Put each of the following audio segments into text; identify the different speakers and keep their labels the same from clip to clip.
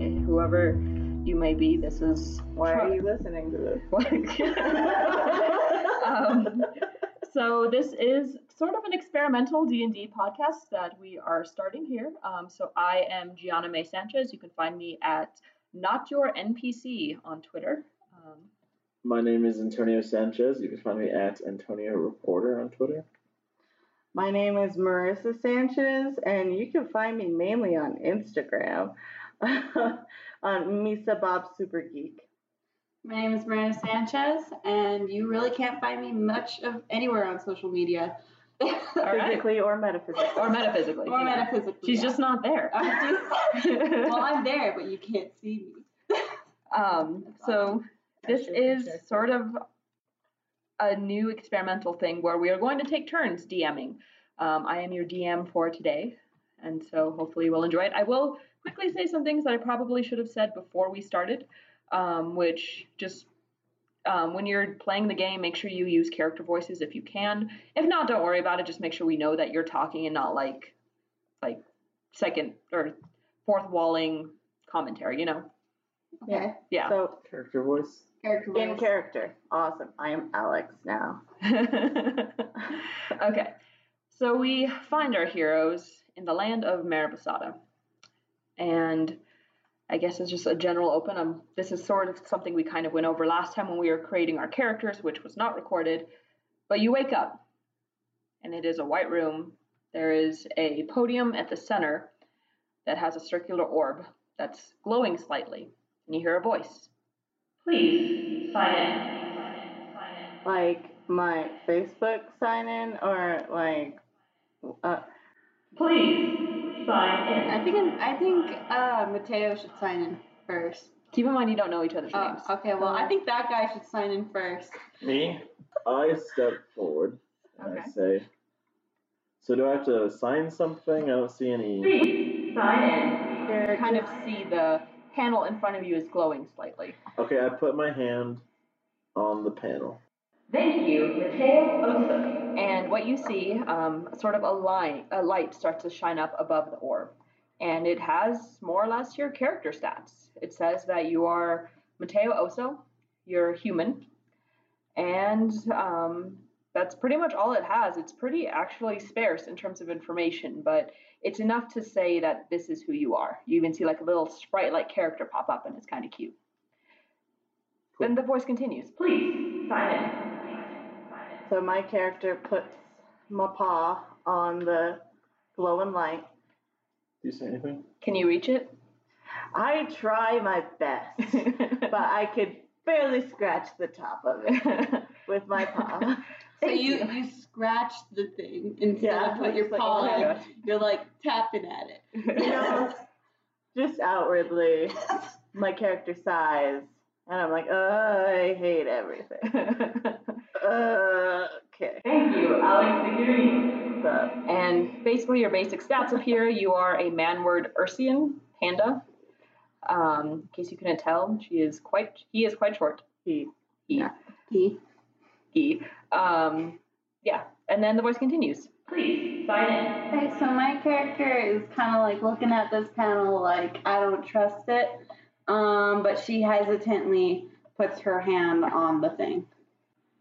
Speaker 1: whoever you may be, this is
Speaker 2: Why are
Speaker 1: why.
Speaker 2: you listening to this?
Speaker 1: um, so this is sort of an experimental d&d podcast that we are starting here um, so i am gianna may sanchez you can find me at not your npc on twitter um,
Speaker 3: My name is Antonio Sanchez. You can find me at Antonio Reporter on Twitter.
Speaker 2: My name is Marissa Sanchez, and you can find me mainly on Instagram on Misa Bob Super Geek.
Speaker 4: My name is Marina Sanchez, and you really can't find me much of anywhere on social media.
Speaker 1: All right.
Speaker 2: Physically or metaphysically.
Speaker 1: or metaphysically
Speaker 4: Or
Speaker 1: you know.
Speaker 4: metaphysically.
Speaker 1: she's
Speaker 4: yeah.
Speaker 1: just not there
Speaker 4: I'm just- well, I'm there, but you can't see me.
Speaker 1: um, so this is sort of a new experimental thing where we are going to take turns DMing. Um, I am your DM for today, and so hopefully you will enjoy it. I will quickly say some things that I probably should have said before we started, um, which just um, when you're playing the game, make sure you use character voices if you can. If not, don't worry about it. Just make sure we know that you're talking and not like, like second or fourth walling commentary. You know?
Speaker 4: Okay.
Speaker 1: Yeah.
Speaker 2: So
Speaker 3: Character voice.
Speaker 4: Character
Speaker 2: in
Speaker 4: voice.
Speaker 2: character. Awesome. I am Alex now.
Speaker 1: okay, so we find our heroes in the land of Mariposada, and I guess it's just a general open. Um, this is sort of something we kind of went over last time when we were creating our characters, which was not recorded. But you wake up, and it is a white room. There is a podium at the center that has a circular orb that's glowing slightly, and you hear a voice. Please sign in.
Speaker 2: Like my Facebook sign in or like uh,
Speaker 1: Please sign in.
Speaker 4: I think I'm, I think uh, Mateo should sign in first.
Speaker 1: Keep in mind you don't know each other's
Speaker 4: Oh,
Speaker 1: names.
Speaker 4: okay, well, I think that guy should sign in first.
Speaker 3: Me? I step forward and I say, So do I have to sign something? I don't see any.
Speaker 1: You kind of see the panel in front of you is glowing slightly.
Speaker 3: Okay, I put my hand on the panel.
Speaker 1: Thank you, Mateo Osa. And what you see, um, sort of a line, a light starts to shine up above the orb, and it has more or less your character stats. It says that you are Mateo Oso, you're human, and um, that's pretty much all it has. It's pretty actually sparse in terms of information, but it's enough to say that this is who you are. You even see like a little sprite-like character pop up, and it's kind of cute. Then the voice continues. Please sign in.
Speaker 2: So my character puts my paw on the glowing light.
Speaker 3: Do you see anything?
Speaker 1: Can you reach it?
Speaker 2: I try my best, but I could barely scratch the top of it with my paw.
Speaker 4: So
Speaker 1: Thank
Speaker 4: you,
Speaker 1: you.
Speaker 4: you scratch the thing instead
Speaker 2: Yeah,
Speaker 4: of put your
Speaker 2: it's like,
Speaker 4: paw
Speaker 2: oh my
Speaker 4: in.
Speaker 1: gosh.
Speaker 4: You're like tapping at it.
Speaker 2: You know, just outwardly, my character sighs, and I'm like, oh, I hate everything. Uh, okay.
Speaker 1: Thank you, Alex Security.
Speaker 2: So,
Speaker 1: And basically, your basic stats appear. You are a manward Ursian panda. Um, in case you couldn't tell, she is quite. He is quite short.
Speaker 2: he,
Speaker 1: He.
Speaker 2: Yeah.
Speaker 4: He.
Speaker 1: He. Um, yeah. And then the voice continues. Please sign in.
Speaker 4: Okay, so my character is kind of like looking at this panel like I don't trust it, um, but she hesitantly puts her hand on the thing.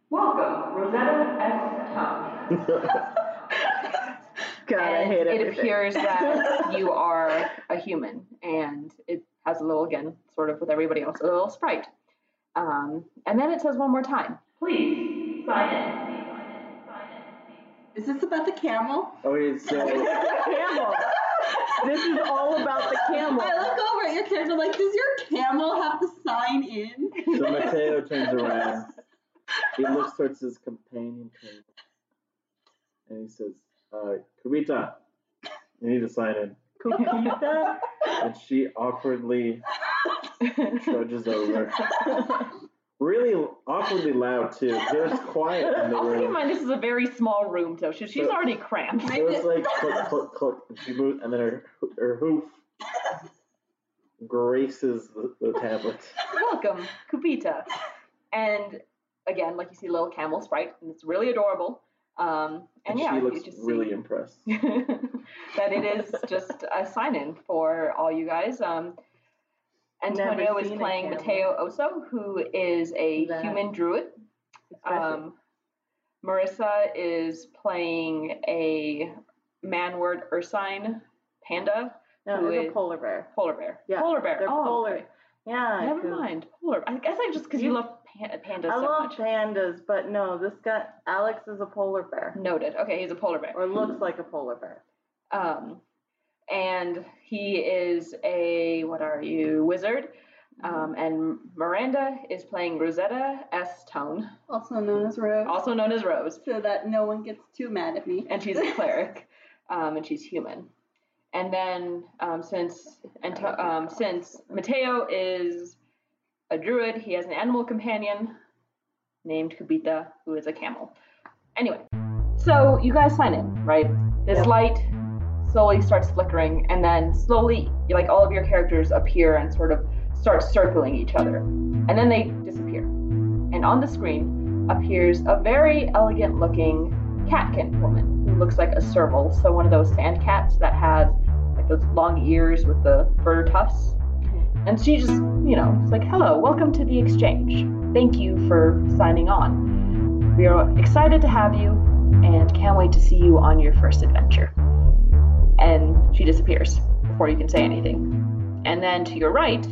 Speaker 1: Welcome, Rosetta S. Tom.
Speaker 2: God, I
Speaker 1: And
Speaker 2: hate
Speaker 1: it
Speaker 2: everything.
Speaker 1: appears that you are a human, and it has a little, again, sort of with everybody else, a little sprite. Um, and then it says one more time. Please sign in.
Speaker 4: Is this about the camel?
Speaker 3: Okay, so
Speaker 2: camel. This is all about the camel.
Speaker 4: I look over at your character like, does your camel have to sign in?
Speaker 3: so Mateo turns around. He looks towards his companion table, and he says, uh, Kubita, you need to sign in.
Speaker 2: Kumita?
Speaker 3: And she awkwardly trudges over. Really awkwardly loud too. There's quiet in the
Speaker 1: Also, keep in
Speaker 3: room.
Speaker 1: mind this is a very small room, so she, she's
Speaker 3: So-
Speaker 1: already cramped.
Speaker 3: It was like click, click, click, and she moves, and then her her hoof graces the, the tablet.
Speaker 1: Oh, Welcome, Kubita. And again, like you see, little camel sprite, and it's really adorable. Um, and,
Speaker 3: And,
Speaker 1: yeah,
Speaker 3: she looks
Speaker 1: you just
Speaker 3: really
Speaker 1: see
Speaker 3: impressed.
Speaker 1: that it is just a sign in for all you guys. Um, Antonio
Speaker 2: Never
Speaker 1: is
Speaker 2: seen a
Speaker 1: playing
Speaker 2: camel.
Speaker 1: Mateo Oso, who is a
Speaker 2: That-
Speaker 1: human druid. Um, Marissa is playing a manward ursine panda
Speaker 2: no,
Speaker 1: who
Speaker 2: it's
Speaker 1: is-
Speaker 2: a polar bear.
Speaker 1: polar bear.
Speaker 2: Yeah,
Speaker 1: polar bear.
Speaker 2: They're
Speaker 1: oh,
Speaker 2: polar.
Speaker 1: okay.
Speaker 2: Yeah.
Speaker 1: Never
Speaker 2: 'cause
Speaker 1: mind. Polar. I guess I just because you,
Speaker 2: You-
Speaker 1: love pan- pandas
Speaker 2: I
Speaker 1: so
Speaker 2: love
Speaker 1: much.
Speaker 2: pandas, but no, this guy Alex is a polar bear
Speaker 1: Noted. Okay, he's a polar bear.
Speaker 2: or looks like a polar bear.
Speaker 1: Um, and he is a what are you wizard? Um, and Miranda is playing Rosetta S Tone,
Speaker 4: Also known as Rose.
Speaker 1: also known as Rose.
Speaker 4: so that no one gets too mad at me.
Speaker 1: and she's a cleric, um, and she's human. And then um, since and um, since Mateo is a druid, he has an animal companion named Kubita, who is a camel. Anyway, so you guys sign in, right? This
Speaker 2: Yep.
Speaker 1: light slowly starts flickering, and then slowly, like all of your characters appear and sort of start circling each other, and then they disappear. And on the screen appears a very elegant-looking catkin woman who looks like a serval, so one of those sand cats that has like those long ears with the fur tufts. And she just, you know, it's like, hello, welcome to the exchange. Thank you for signing on. We are excited to have you and can't wait to see you on your first adventure. And she disappears before you can say anything. And then to your right,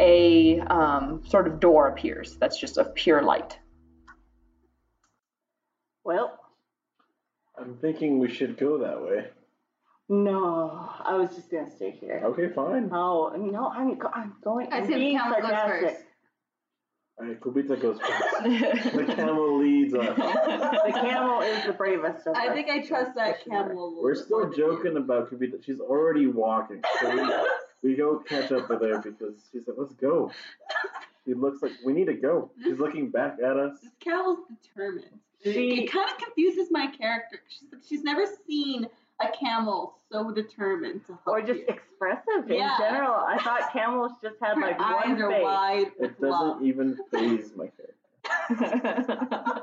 Speaker 1: a um, sort of door appears that's just of pure light.
Speaker 2: Well,
Speaker 3: I'm thinking we should go that way.
Speaker 2: no, I was just gonna stay here.
Speaker 3: Okay, fine.
Speaker 1: Uh-huh.
Speaker 2: No, no, I'm go- I'm going.
Speaker 5: I
Speaker 2: I'm
Speaker 5: said
Speaker 2: being
Speaker 5: camel goes
Speaker 2: sarcastic.
Speaker 5: first.
Speaker 3: All right, Kubita goes first. the camel leads us.
Speaker 2: The camel is the bravest of
Speaker 4: I
Speaker 2: us.
Speaker 4: think I trust that camel. a little
Speaker 3: We're
Speaker 4: bit
Speaker 3: still
Speaker 4: more than you.
Speaker 3: joking about Kubita. She's already walking. So we, we go catch up with her because she's like, let's go. She looks like we need to go. She's looking back at us.
Speaker 4: This camel's determined.
Speaker 2: She-
Speaker 4: it kind of confuses my character. She's she's never seen a camel so determined to help.
Speaker 2: Or just
Speaker 4: you.
Speaker 2: expressive
Speaker 4: Yeah.
Speaker 2: in general. I thought camels just had
Speaker 4: her
Speaker 2: like one
Speaker 4: eyes are
Speaker 2: face.
Speaker 4: wide with
Speaker 3: It doesn't
Speaker 4: love.
Speaker 3: even phase my character.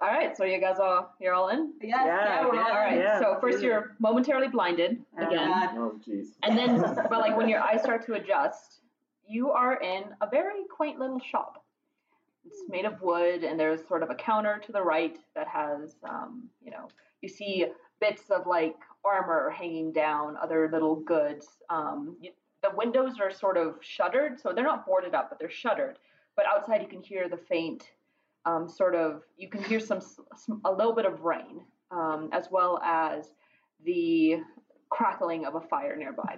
Speaker 1: all right, so you guys all you're all in.
Speaker 4: Yes,
Speaker 2: Yeah,
Speaker 4: yeah, we're
Speaker 2: yeah,
Speaker 1: all right.
Speaker 2: yeah.
Speaker 1: so first you're momentarily blinded again,
Speaker 4: Yeah.
Speaker 3: Oh, jeez.
Speaker 1: and then but like when your eyes start to adjust, you are in a very quaint little shop. It's made of wood, and there's sort of a counter to the right that has, um, you know, you see bits of like armor hanging down, other little goods. Um, you, the windows are sort of shuttered, so they're not boarded up, but they're shuttered. But outside, you can hear the faint um, sort of, you can hear some, s- some a little bit of rain, um, as well as the crackling of a fire nearby.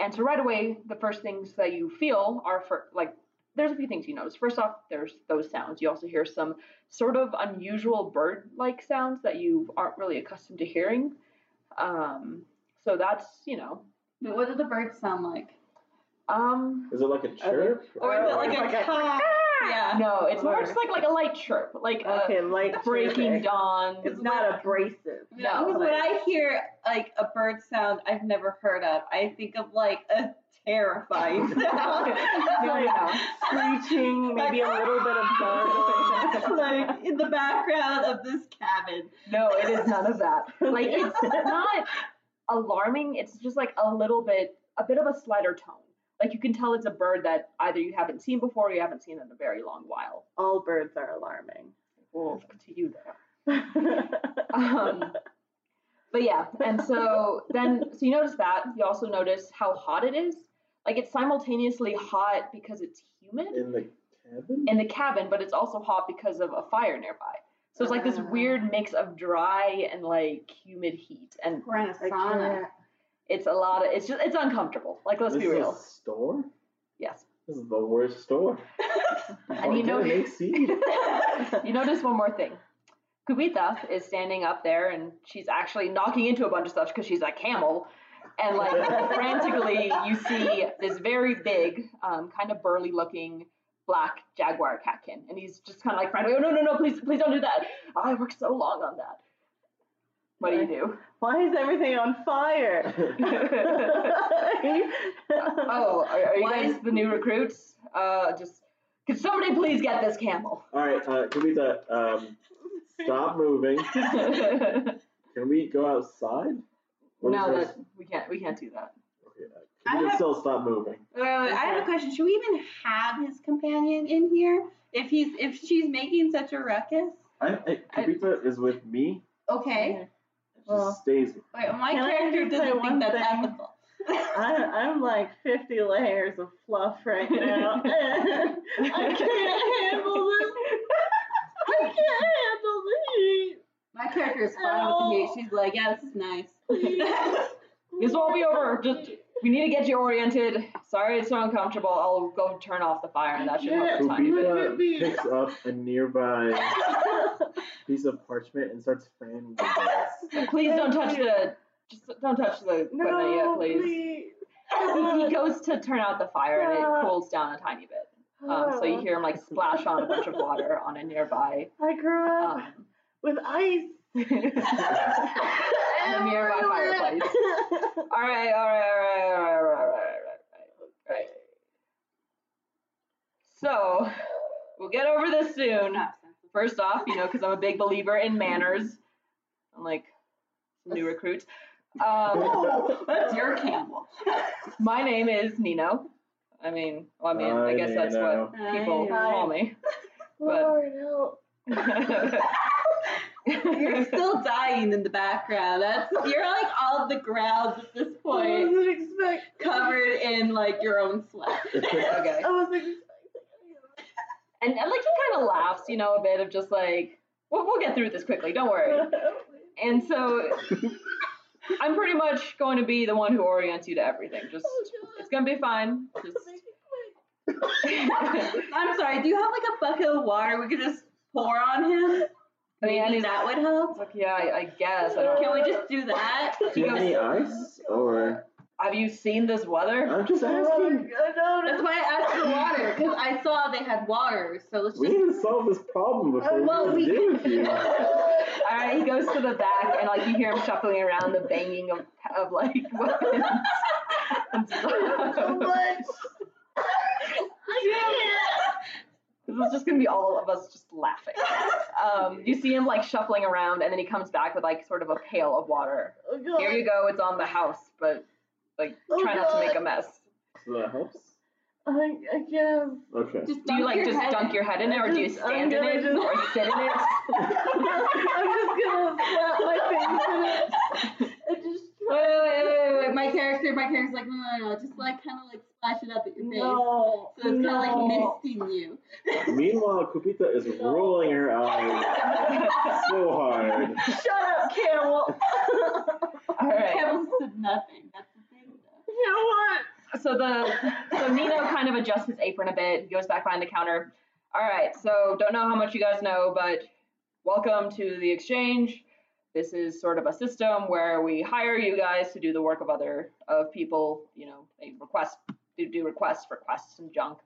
Speaker 1: And so right away, the first things that you feel are for like. There's a few things you notice. First off, there's those sounds. You also hear some sort of unusual bird-like sounds that you aren't really accustomed to hearing. Um, so that's you know,
Speaker 4: But what do the birds sound like?
Speaker 1: um,
Speaker 3: Is it like a chirp?
Speaker 4: Or is it like a caw? Yeah.
Speaker 1: no, it's more
Speaker 2: Or-
Speaker 1: just like like a light chirp, like a
Speaker 2: Okay, like
Speaker 1: breaking dawn.
Speaker 2: It's not abrasive.
Speaker 4: No,
Speaker 1: No.
Speaker 4: because when I hear like a bird sound I've never heard of, I think of like a terrifying sound.
Speaker 1: No, no.
Speaker 2: Screeching, maybe a little bit of gargling.
Speaker 4: like in the background of this cabin.
Speaker 1: No, it is none of that. Like it's not alarming. It's just like a little bit, a bit of a slighter tone. Like you can tell it's a bird that either you haven't seen before or you haven't seen in a very long while.
Speaker 2: All birds are alarming.
Speaker 1: Well, to you there. Um, but yeah, and so then, so you notice that. You also notice how hot it is. Like it's simultaneously hot because it's humid
Speaker 3: In the cabin?
Speaker 1: in the cabin, but it's also hot because of a fire nearby. So it's like this weird mix of dry and like humid heat, and
Speaker 4: We're in a
Speaker 2: I
Speaker 4: sauna.
Speaker 2: can't-
Speaker 1: it's a lot of it's just it's uncomfortable. Like let's
Speaker 3: this
Speaker 1: be
Speaker 3: is
Speaker 1: real.
Speaker 3: a store?
Speaker 1: Yes.
Speaker 3: This is the worst store.
Speaker 1: And you
Speaker 3: Get
Speaker 1: know-
Speaker 3: an AC.
Speaker 1: You notice one more thing. Kubita is standing up there and she's actually knocking into a bunch of stuff because she's a camel. And like frantically, you see this very big, um, kind of burly looking black jaguar catkin. And he's just kind of like frantically, oh, no, no, no, please, please don't do that. I worked so long on that. What do you do?
Speaker 2: Why is everything on fire?
Speaker 1: oh, are, are you
Speaker 4: Why
Speaker 1: guys
Speaker 4: is-
Speaker 1: the new recruits? Uh, just, could somebody please get this camel?
Speaker 3: All right, uh, Kavita, um, stop moving. Can we go outside? What is
Speaker 1: no,
Speaker 3: our-
Speaker 1: that, we can't. We can't do that.
Speaker 4: I
Speaker 3: Kurita
Speaker 4: have-
Speaker 3: uh, still stop moving.
Speaker 4: Uh, I have a question. Should we even have his companion in here if he's if she's making such a ruckus?
Speaker 3: I, I, Kurita is with me.
Speaker 4: Okay.
Speaker 3: She
Speaker 2: Well-
Speaker 3: stays. with-
Speaker 4: Wait, my
Speaker 2: Can I
Speaker 4: character
Speaker 2: just say
Speaker 4: doesn't think
Speaker 2: one
Speaker 4: that's
Speaker 2: thing?
Speaker 4: ethical.
Speaker 2: I, I'm like 50 layers of fluff right now. I can't handle this. I can't handle the heat.
Speaker 4: My character is fine with the heat. She's like, yeah, this is nice.
Speaker 1: This won't be over. Just we need to get you oriented. Sorry, it's so uncomfortable. I'll go turn off the fire, and that should help the time.
Speaker 2: Look
Speaker 3: Kurita
Speaker 2: at me.
Speaker 3: picks up a nearby piece of parchment and starts fanning the grass.
Speaker 1: Please don't touch the. Just don't touch the equipment yet,
Speaker 2: no,
Speaker 1: uh, please.
Speaker 2: please.
Speaker 1: He, he goes to turn out the fire, and it
Speaker 2: No.
Speaker 1: cools down a tiny bit. Um, so
Speaker 2: Oh.
Speaker 1: you hear him like splash on a bunch of water on a nearby.
Speaker 2: I grew up
Speaker 1: Um,
Speaker 2: with ice.
Speaker 1: the nearby fireplace. All right, all right, all right, all right, all right, all right, all right, all right. So we'll get over this soon. First off, you know, because I'm a big believer in manners. I'm like new recruit. Um,
Speaker 4: Oh, that's your Campbell.
Speaker 1: my name is Nino. I mean, well, I mean, I
Speaker 3: Hi,
Speaker 1: guess that's what
Speaker 3: Nino.
Speaker 1: people
Speaker 2: Hi.
Speaker 1: call me.
Speaker 2: Lord, help.
Speaker 4: You're still dying in the background. That's you're like on the ground at this
Speaker 2: I
Speaker 4: point,
Speaker 2: wasn't expect-
Speaker 4: covered in like your own sweat.
Speaker 1: okay.
Speaker 2: I wasn't expecting
Speaker 1: And, and like he kind of laughs, you know, a bit of just like, we'll, we'll get through this quickly. Don't worry. And so I'm pretty much going to be the one who orients you to everything. Just
Speaker 4: Oh,
Speaker 1: it's gonna be fine. Just I
Speaker 4: I'm sorry. Do you have like a bucket of water we could just pour on him?
Speaker 1: mean, I
Speaker 4: Maybe
Speaker 1: mean,
Speaker 4: that would help.
Speaker 1: like, yeah, I, I guess. I don't.
Speaker 4: Can we just do that?
Speaker 3: Do you have any ice? Or
Speaker 1: Have you seen this weather?
Speaker 3: I'm just
Speaker 2: Oh
Speaker 3: asking.
Speaker 2: I don't
Speaker 4: That's why I asked for water because I saw they had water. So let's
Speaker 3: We
Speaker 4: just.
Speaker 3: need to solve this problem before
Speaker 4: Well,
Speaker 3: we
Speaker 4: we-
Speaker 3: can deal with you.
Speaker 1: All right, he goes to the back, and like you hear him shuffling around the banging of of like weapons. and
Speaker 2: so
Speaker 1: stuff.
Speaker 2: much.
Speaker 1: This is just gonna be all of us just laughing. Um, you see him like shuffling around, and then he comes back with like sort of a pail of water.
Speaker 2: Oh, God.
Speaker 1: Here you go. It's on the house, but like
Speaker 2: Oh,
Speaker 1: try not to
Speaker 2: God.
Speaker 1: make a mess.
Speaker 3: So that helps?
Speaker 2: I, I guess.
Speaker 3: Okay.
Speaker 4: Just
Speaker 1: Do you like just dunk your head in it, or do you
Speaker 2: Just- I'm
Speaker 1: stand in
Speaker 2: gonna
Speaker 1: it,
Speaker 2: just-
Speaker 1: or sit in it?
Speaker 2: I'm just gonna slap my face in it. And just
Speaker 4: Wait, wait, wait, wait, wait. My character, my character's like, no, no, no, just like kind of like splash it up at your face.
Speaker 2: no.
Speaker 4: So it's kind of like
Speaker 2: no.
Speaker 4: misting you.
Speaker 3: Meanwhile, Kupita is rolling her eyes so hard.
Speaker 2: Shut up, Campbell.
Speaker 1: All right.
Speaker 4: Campbell said nothing. That's the thing. though.
Speaker 2: you know what?
Speaker 1: So the so Nino kind of adjusts his apron a bit. He goes back behind the counter. All right. So don't know how much you guys know, but welcome to the exchange. This is sort of a system where we hire you guys to do the work of other of people. You know, they request do do requests for quests and junk.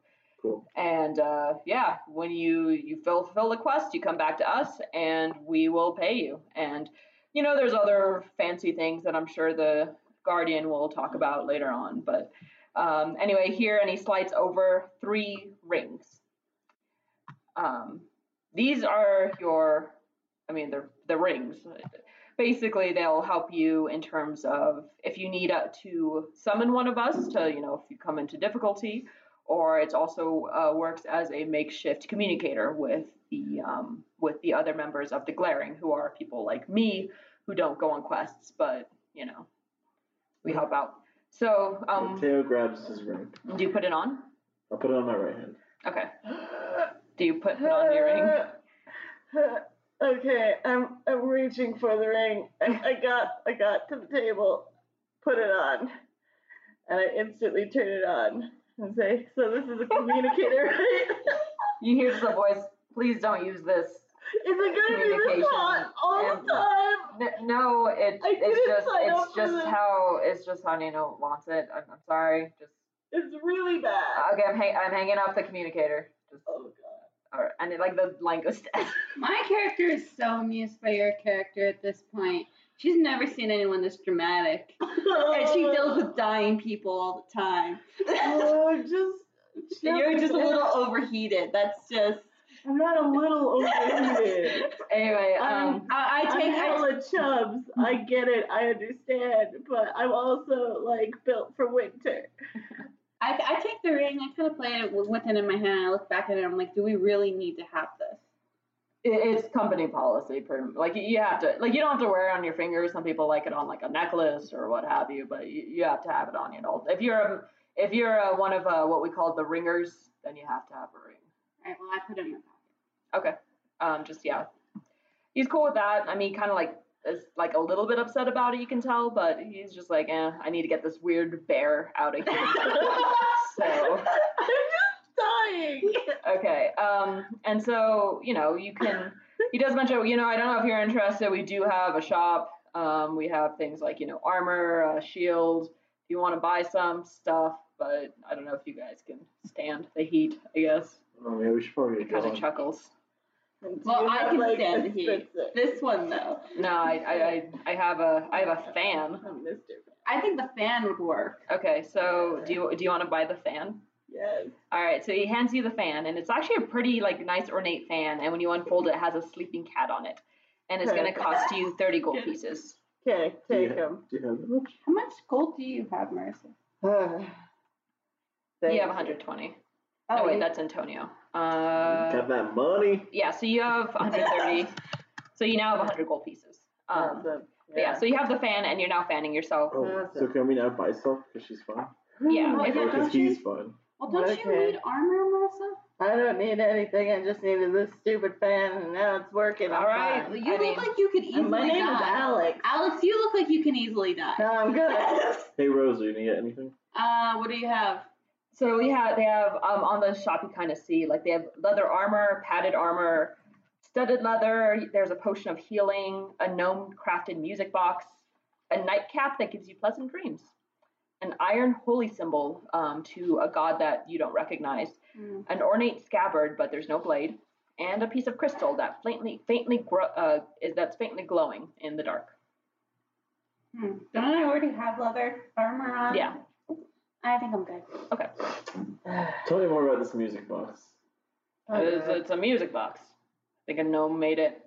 Speaker 3: Cool.
Speaker 1: And uh, yeah, when you you fulfill the quest, you come back to us, and we will pay you. And you know, there's other fancy things that I'm sure the Guardian will talk about later on. But um, anyway, here, and he slides over three rings. Um, these are your, I mean, they're the rings. Basically, they'll help you in terms of if you need uh, to summon one of us to, you know, if you come into difficulty, or it also uh, works as a makeshift communicator with the um, with the other members of the Glaring, who are people like me who don't go on quests, but you know, we help out. So, um,
Speaker 3: Mateo grabs his ring.
Speaker 1: do you put it on?
Speaker 3: I'll put it on my right hand.
Speaker 1: Okay. Do you put it
Speaker 2: Uh,
Speaker 1: on your ring?
Speaker 2: Okay, I'm I'm reaching for the ring. I, I got I got to the table, put it on, and I instantly turn it on and say, "So this is a communicator, right?
Speaker 1: You hear the voice, please don't use this.
Speaker 2: Is it gonna be
Speaker 1: Communication
Speaker 2: this hot all
Speaker 1: and-
Speaker 2: the time?"
Speaker 1: N- No, it,
Speaker 2: I
Speaker 1: it's
Speaker 2: didn't
Speaker 1: just
Speaker 2: sign up
Speaker 1: it's
Speaker 2: for
Speaker 1: just
Speaker 2: this.
Speaker 1: how it's just how Nino wants it. I'm, I'm sorry. Just
Speaker 2: It's really bad.
Speaker 1: okay. I'm, hang, I'm hanging up the communicator. Just
Speaker 2: Oh
Speaker 1: all right. and it, like the language.
Speaker 4: My character is so amused by your character at this point. She's never seen anyone this dramatic.
Speaker 2: god.
Speaker 4: And she deals with dying people all the time.
Speaker 2: Oh, just.
Speaker 4: And You're just a little overheated. That's just
Speaker 2: I'm not a little overheated.
Speaker 1: Anyway, um,
Speaker 2: I'm-
Speaker 4: I, I
Speaker 2: I'm
Speaker 4: take I,
Speaker 2: hella chubs. I get it. I understand. But I'm also like built for winter.
Speaker 4: I, I take the ring. I kind of play it with with it in my hand. I look back at it. I'm like, do we really need to have this?
Speaker 1: it, it's company policy. Per, like you have to, like you don't have to wear it on your finger. Some people like it on like a necklace or what have you, but you, you have to have it on you. Know, if you're a, if you're a, one of uh, what we call the ringers, then you have to have a ring.
Speaker 4: All right. Well, I put it in my pocket.
Speaker 1: Okay. Um, just yeah. He's cool with that. I mean, kind of like is like a little bit upset about it. You can tell, but he's just like, eh, I need to get this weird bear out of here. so.
Speaker 2: I'm just dying.
Speaker 1: Okay. Um, and so, you know, you can, he does mention, you know, I don't know if you're interested. We do have a shop. Um, we have things like, you know, armor, uh, shield. If you want to buy some stuff, but I don't know if you guys can stand the heat, I guess.
Speaker 3: Oh, yeah, we should probably
Speaker 1: He
Speaker 3: get
Speaker 1: kind of
Speaker 3: going.
Speaker 1: chuckles.
Speaker 2: And do
Speaker 4: Well,
Speaker 2: you
Speaker 4: I
Speaker 2: have,
Speaker 4: can
Speaker 2: like,
Speaker 4: stand
Speaker 2: a
Speaker 4: the heat.
Speaker 2: spritzer?
Speaker 4: This one though,
Speaker 1: No, I, I, I, I have a, I have a fan.
Speaker 2: I'm Mr.
Speaker 4: I think the fan would work.
Speaker 1: Okay. So do you, do you want to buy the fan?
Speaker 2: Yes.
Speaker 1: All right. So he hands you the fan and it's actually a pretty like nice ornate fan. And when you unfold it, it has a sleeping cat on it and it's going to cost you 30 gold pieces.
Speaker 2: Okay, take
Speaker 3: Yeah.
Speaker 2: him.
Speaker 3: Do you have that much?
Speaker 4: How much gold do you have, Marissa?
Speaker 1: You have 120. Oh, wait, that's Antonio. Uh,
Speaker 3: Got that money?
Speaker 1: yeah, so you have 130. so you now have 100 gold pieces. Um,
Speaker 2: awesome.
Speaker 1: but yeah. so you have the fan and you're now fanning yourself.
Speaker 3: Oh,
Speaker 2: That's
Speaker 3: so
Speaker 2: it.
Speaker 3: can we now buy stuff because she's fun?
Speaker 1: yeah,
Speaker 4: Well,
Speaker 1: if-
Speaker 4: Oh, yeah,
Speaker 3: Or because
Speaker 4: don't you-
Speaker 3: he's fun?
Speaker 4: Well, don't you
Speaker 2: Okay.
Speaker 4: need armor, Marissa?
Speaker 2: I don't need anything. I just needed this stupid fan, and now it's working. I'm
Speaker 1: All right.
Speaker 2: fine.
Speaker 4: Well, you
Speaker 1: I
Speaker 4: look
Speaker 1: mean-
Speaker 4: like you could easily
Speaker 2: And my name
Speaker 4: die.
Speaker 2: is Alex.
Speaker 4: Alex, you look like you can easily die.
Speaker 2: No, I'm good.
Speaker 3: Hey, Rose, are you gonna get anything?
Speaker 4: Uh, what do you have?
Speaker 1: so we have, they have um, on the shop, you kind of see, like they have leather armor, padded armor, studded leather. There's a potion of healing, a gnome crafted music box, a nightcap that gives you pleasant dreams, an iron holy symbol um, to a god that you don't recognize. an ornate scabbard, but there's no blade, and a piece of crystal that faintly, faintly gro- uh, is that's faintly glowing in the dark.
Speaker 4: Hmm. Don't I already have leather armor on?
Speaker 1: Yeah.
Speaker 4: I think I'm good.
Speaker 3: Tell me more about this music box.
Speaker 1: It's, it's a music box. I think a gnome made it.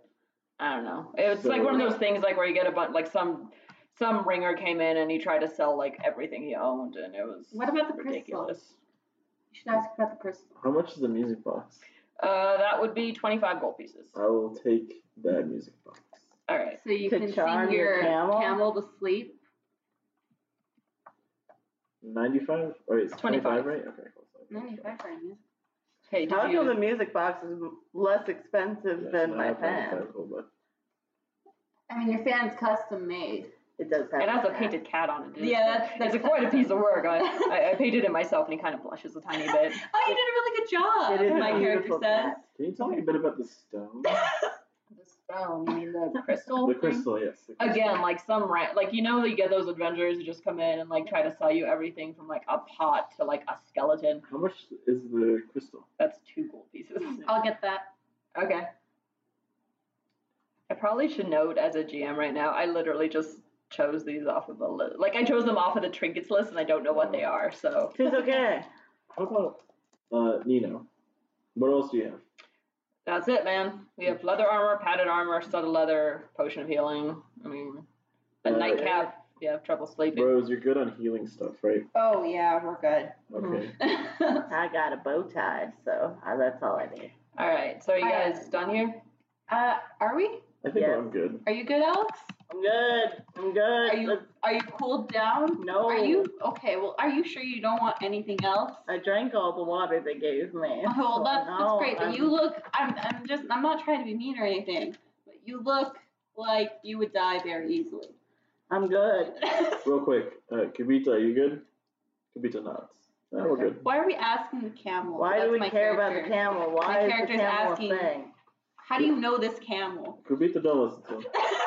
Speaker 1: I don't know. It's like one of those things like where you get a bunch like some some ringer came in and he tried to sell like everything he owned and it was
Speaker 4: What about the crystal?
Speaker 1: ridiculous.
Speaker 4: You should ask about the crystal.
Speaker 3: How much is the music box?
Speaker 1: Uh, that would be 25 gold pieces.
Speaker 3: I will take that music box.
Speaker 1: All right.
Speaker 4: So you
Speaker 2: To
Speaker 4: can sing
Speaker 2: charm the
Speaker 4: your
Speaker 2: camel?
Speaker 4: to sleep.
Speaker 3: 95? Or Oh, it's 25,
Speaker 1: 25.
Speaker 3: right? Okay, cool. So-
Speaker 4: 95 for a music.
Speaker 1: Hey, did
Speaker 2: How
Speaker 1: you?
Speaker 2: come the music box is less expensive
Speaker 3: Yeah, so
Speaker 2: than
Speaker 3: now
Speaker 2: my
Speaker 3: I have
Speaker 2: fan?
Speaker 3: 25 gold, but-
Speaker 4: I mean, your fan's custom made.
Speaker 2: It does have.
Speaker 1: It has a
Speaker 2: fan.
Speaker 1: painted cat on it.
Speaker 4: Yeah, that's- that's-
Speaker 1: it's quite a piece of work. I, I, I painted it myself, and he kind of blushes a tiny bit.
Speaker 4: Oh, you did a really good job.
Speaker 2: It is
Speaker 4: my
Speaker 2: a
Speaker 4: character
Speaker 2: beautiful
Speaker 4: says.
Speaker 2: cat.
Speaker 3: Can you tell me a bit about the stone?
Speaker 1: The stone, you mean the crystal?
Speaker 3: the
Speaker 1: thing?
Speaker 3: crystal, yes. the crystal.
Speaker 1: Again, like some rant, like you know, you get those adventurers who just come in and like try to sell you everything from like a pot to like a skeleton.
Speaker 3: How much is the crystal?
Speaker 1: That's two gold pieces.
Speaker 4: I'll get that.
Speaker 1: Okay. I probably should note as a GM right now, I literally just chose these off of the list. Like I chose them off of the trinkets list, and I don't know what they are. So
Speaker 2: It's okay.
Speaker 3: How about uh, Nino? What else do you have?
Speaker 1: that's it, man. We have leather armor, padded armor, studded leather, potion of healing. I mean, a
Speaker 3: Uh,
Speaker 1: nightcap. If you have trouble sleeping.
Speaker 3: Rose, you're good on healing stuff, right?
Speaker 4: Oh, yeah, we're good.
Speaker 3: Okay.
Speaker 4: Mm-hmm.
Speaker 2: I got a bow tie, so uh, that's all I need.
Speaker 1: All right. So are you
Speaker 4: All right.
Speaker 1: guys done here?
Speaker 4: uh, are we?
Speaker 3: I think
Speaker 2: Yes.
Speaker 3: I'm good.
Speaker 4: Are you good, Alex?
Speaker 2: I'm good. I'm good.
Speaker 4: Are you
Speaker 2: Let's-
Speaker 4: are you cooled down?
Speaker 2: no.
Speaker 4: Are you okay? Well, are you sure you don't want anything else?
Speaker 2: I drank all the water they gave me.
Speaker 4: Oh, well, that's,
Speaker 2: No,
Speaker 4: that's great. But
Speaker 2: I'm-
Speaker 4: you look, I'm, I'm just, I'm not trying to be mean or anything, but you look like you would die very easily.
Speaker 2: I'm good.
Speaker 3: Real quick, uh, Kibita, are you good? Kibita nods. No, we're good.
Speaker 4: Why are we asking the camel?
Speaker 2: Why
Speaker 4: Oh, That's
Speaker 2: do we
Speaker 4: my
Speaker 2: care about the
Speaker 4: character.
Speaker 2: camel? Why is the
Speaker 4: character's
Speaker 2: camel
Speaker 4: asking.
Speaker 2: a thing?
Speaker 4: How do you know this camel?
Speaker 3: Kibita, don't listen to him.
Speaker 4: Oh,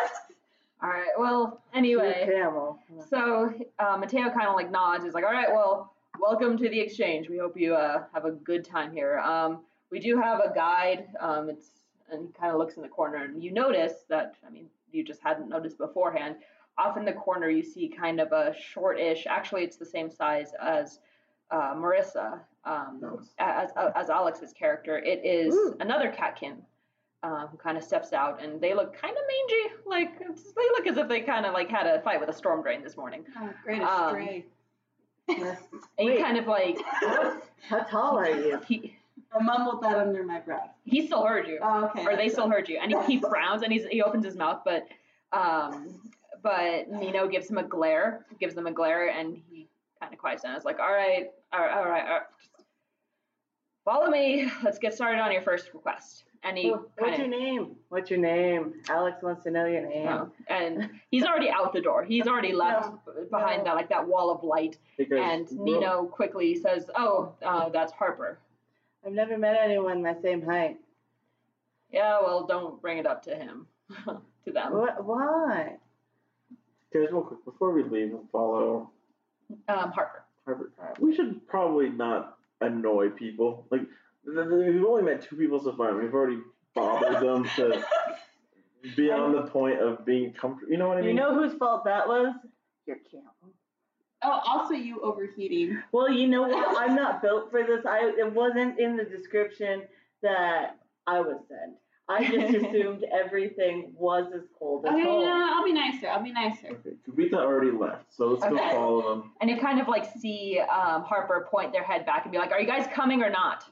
Speaker 1: All right. Well,
Speaker 2: She's a
Speaker 1: anyway.
Speaker 2: camel.
Speaker 1: So uh, Mateo kind of like nods. He's like, "All right. Well, welcome to the exchange. We hope you uh, have a good time here. Um, we do have a guide. Um, it's and he kind of looks in the corner, and you notice that. I mean, you just hadn't noticed beforehand. Off in the corner, you see kind of a shortish. Actually, it's the same size as uh, Marissa um,
Speaker 3: That was-
Speaker 1: as as Alex's character. It is
Speaker 2: Ooh.
Speaker 1: another catkin uh, who kind of steps out, and they look kind of mangy. Like it's- they look as if they kind of like had a fight with a storm drain this morning.
Speaker 4: Oh, great
Speaker 1: Um,
Speaker 4: astray.
Speaker 1: And
Speaker 2: Wait.
Speaker 1: you kind of like
Speaker 2: How tall are you?
Speaker 1: he
Speaker 4: I mumbled that under my breath.
Speaker 1: he still heard you,
Speaker 4: Oh, okay.
Speaker 1: or they still heard you, and he, he frowns and he's, he opens his mouth, but um, but Nino gives him a glare, gives them a glare, and he kind of quiets down. It's like all right, all right, all right. All right. Follow me. Let's get started on your first request. And he
Speaker 2: Wh-
Speaker 1: kind
Speaker 2: What's
Speaker 1: of
Speaker 2: your name? What's your name? Alex wants to know your name.
Speaker 1: Oh, and he's already out the door. He's already left b- behind
Speaker 2: No.
Speaker 1: that like that wall of light.
Speaker 3: Because
Speaker 1: And
Speaker 3: Ro-
Speaker 1: Nino quickly says, "Oh, uh, that's Harper."
Speaker 2: I've never met anyone my same height.
Speaker 1: Yeah, well, don't bring it up to him, to
Speaker 4: Um,
Speaker 1: them.
Speaker 2: What? Why?
Speaker 3: Guys, real quick, before we leave and follow
Speaker 1: Um, Harper.
Speaker 3: Harvard Crime, we should probably not annoy people. Like, th- th- we've only met two people so far, and we've already bothered them to beyond the point of being comfortable. You know what I
Speaker 2: You
Speaker 3: mean?
Speaker 2: know whose fault that was? Your camel.
Speaker 4: Oh, also you overheating.
Speaker 2: Well, you know what? I'm not built for this. I it wasn't in the description that I was sent. I just assumed everything was as cold as
Speaker 4: Okay, no, no,
Speaker 2: home.
Speaker 4: no, I'll be nicer. I'll be nicer.
Speaker 3: okay, Kubita already left, so let's go
Speaker 1: Okay.
Speaker 3: follow them.
Speaker 1: And you kind of like see um, Harper point their head back and be like, "Are you guys coming or not?"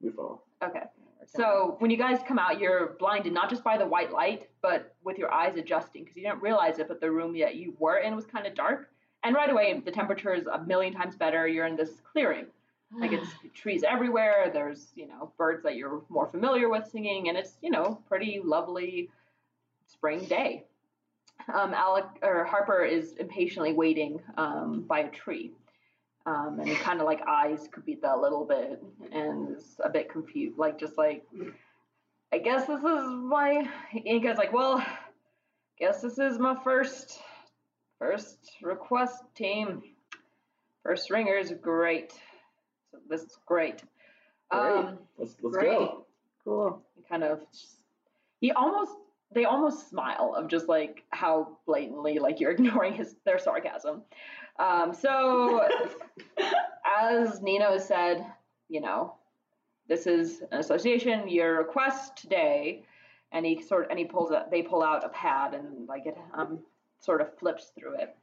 Speaker 3: We follow.
Speaker 1: Okay. So when you guys come out, you're blinded not just by the white light, but with your eyes adjusting because you didn't realize it, but the room that you were in was kind of dark. And right away, the temperature is a million times better. You're in this clearing. Like it's trees everywhere. There's, you know, birds that you're more familiar with singing, and it's, you know, pretty lovely spring day. Um, Alec or Harper is impatiently waiting um, by a tree, um, and kind of like eyes Kubita a little bit, and is a bit confused, like just like, I guess this is my. Inka's like, well, guess this is my first, first request team. First ringer is great. So this is great. Um,
Speaker 3: Let's let's
Speaker 4: Great.
Speaker 3: go.
Speaker 2: Cool.
Speaker 1: and kind of just- he almost they almost smile of just like how blatantly like you're ignoring his their sarcasm um, so as nino said you know this is an association your request today and he sort and he pulls out they pull out a pad and like it um, sort of flips through it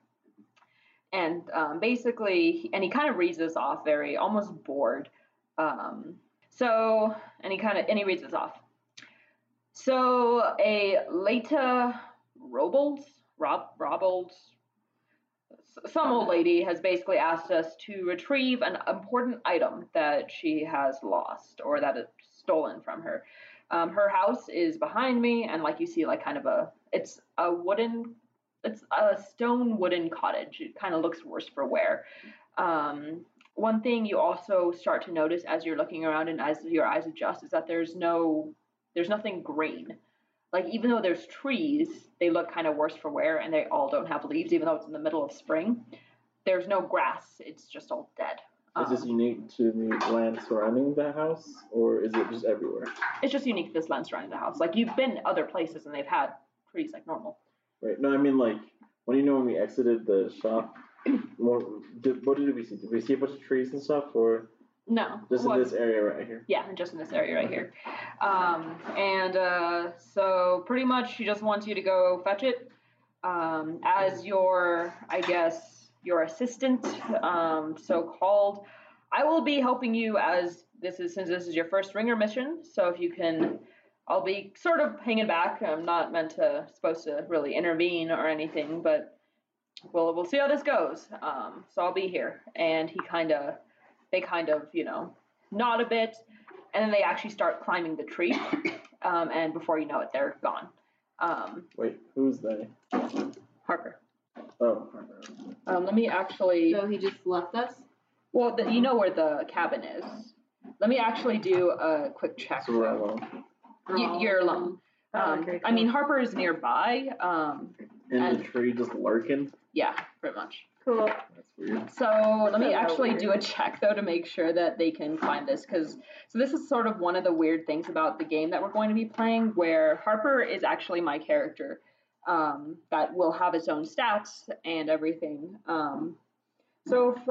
Speaker 1: and um, basically he- and he kind of reads this off very almost bored um, so, and he kind of and he reads this off. So a Leta Robold, Rob Robold, s- some old lady has basically asked us to retrieve an important item that she has lost or that is stolen from her. Um, her house is behind me, and like you see, like kind of a it's a wooden, it's a stone wooden cottage. It kind of looks worse for wear. Um, one thing you also start to notice as you're looking around and as your eyes adjust is that there's no there's nothing green like even though there's trees they look kind of worse for wear and they all don't have leaves even though it's in the middle of spring there's no grass it's just all dead
Speaker 3: Is this
Speaker 1: Um,
Speaker 3: unique to the land surrounding the house, or is it just everywhere?
Speaker 1: it's just unique to this land surrounding the house like you've been other places and they've had trees like normal
Speaker 3: Right. No, I mean like, what do you know when we exited the shop? What did, what did we see? Did we see a bunch of trees and stuff, or
Speaker 1: no
Speaker 3: just
Speaker 1: Well,
Speaker 3: in this area right here?
Speaker 1: Yeah, and just in this area right here. Um, and uh, so pretty much she just wants you to go fetch it. Um, as your, I guess, your assistant, um, so called, I will be helping you as this is since this is your first ringer mission. So if you can, I'll be sort of hanging back. I'm not meant to supposed to really intervene or anything, but we'll we'll see how this goes. Um, so I'll be here. And he kind of, they kind of, you know, nod a bit, and then they actually start climbing the tree. Um, and before you know it, they're gone. Um,
Speaker 3: Wait, who's they?
Speaker 1: Harper,
Speaker 3: Oh,
Speaker 1: um, let me actually.
Speaker 4: So he just left us?
Speaker 1: Well, the, you know where the cabin is. Let me actually do a quick check.
Speaker 3: so we're alone.
Speaker 1: Y- you're alone.
Speaker 2: Oh,
Speaker 1: Um,
Speaker 2: okay,
Speaker 1: I mean,
Speaker 2: cool.
Speaker 1: Harper is nearby. Um,
Speaker 3: In
Speaker 1: And-
Speaker 3: the tree, just lurking.
Speaker 1: yeah, pretty much.
Speaker 2: cool.
Speaker 3: That's weird.
Speaker 1: So let me
Speaker 2: Somehow
Speaker 1: actually
Speaker 2: weird.
Speaker 1: do a check though to make sure that they can climb this because so this is sort of one of the weird things about the game that we're going to be playing where Harper is actually my character um, that will have its own stats and everything. Um, so if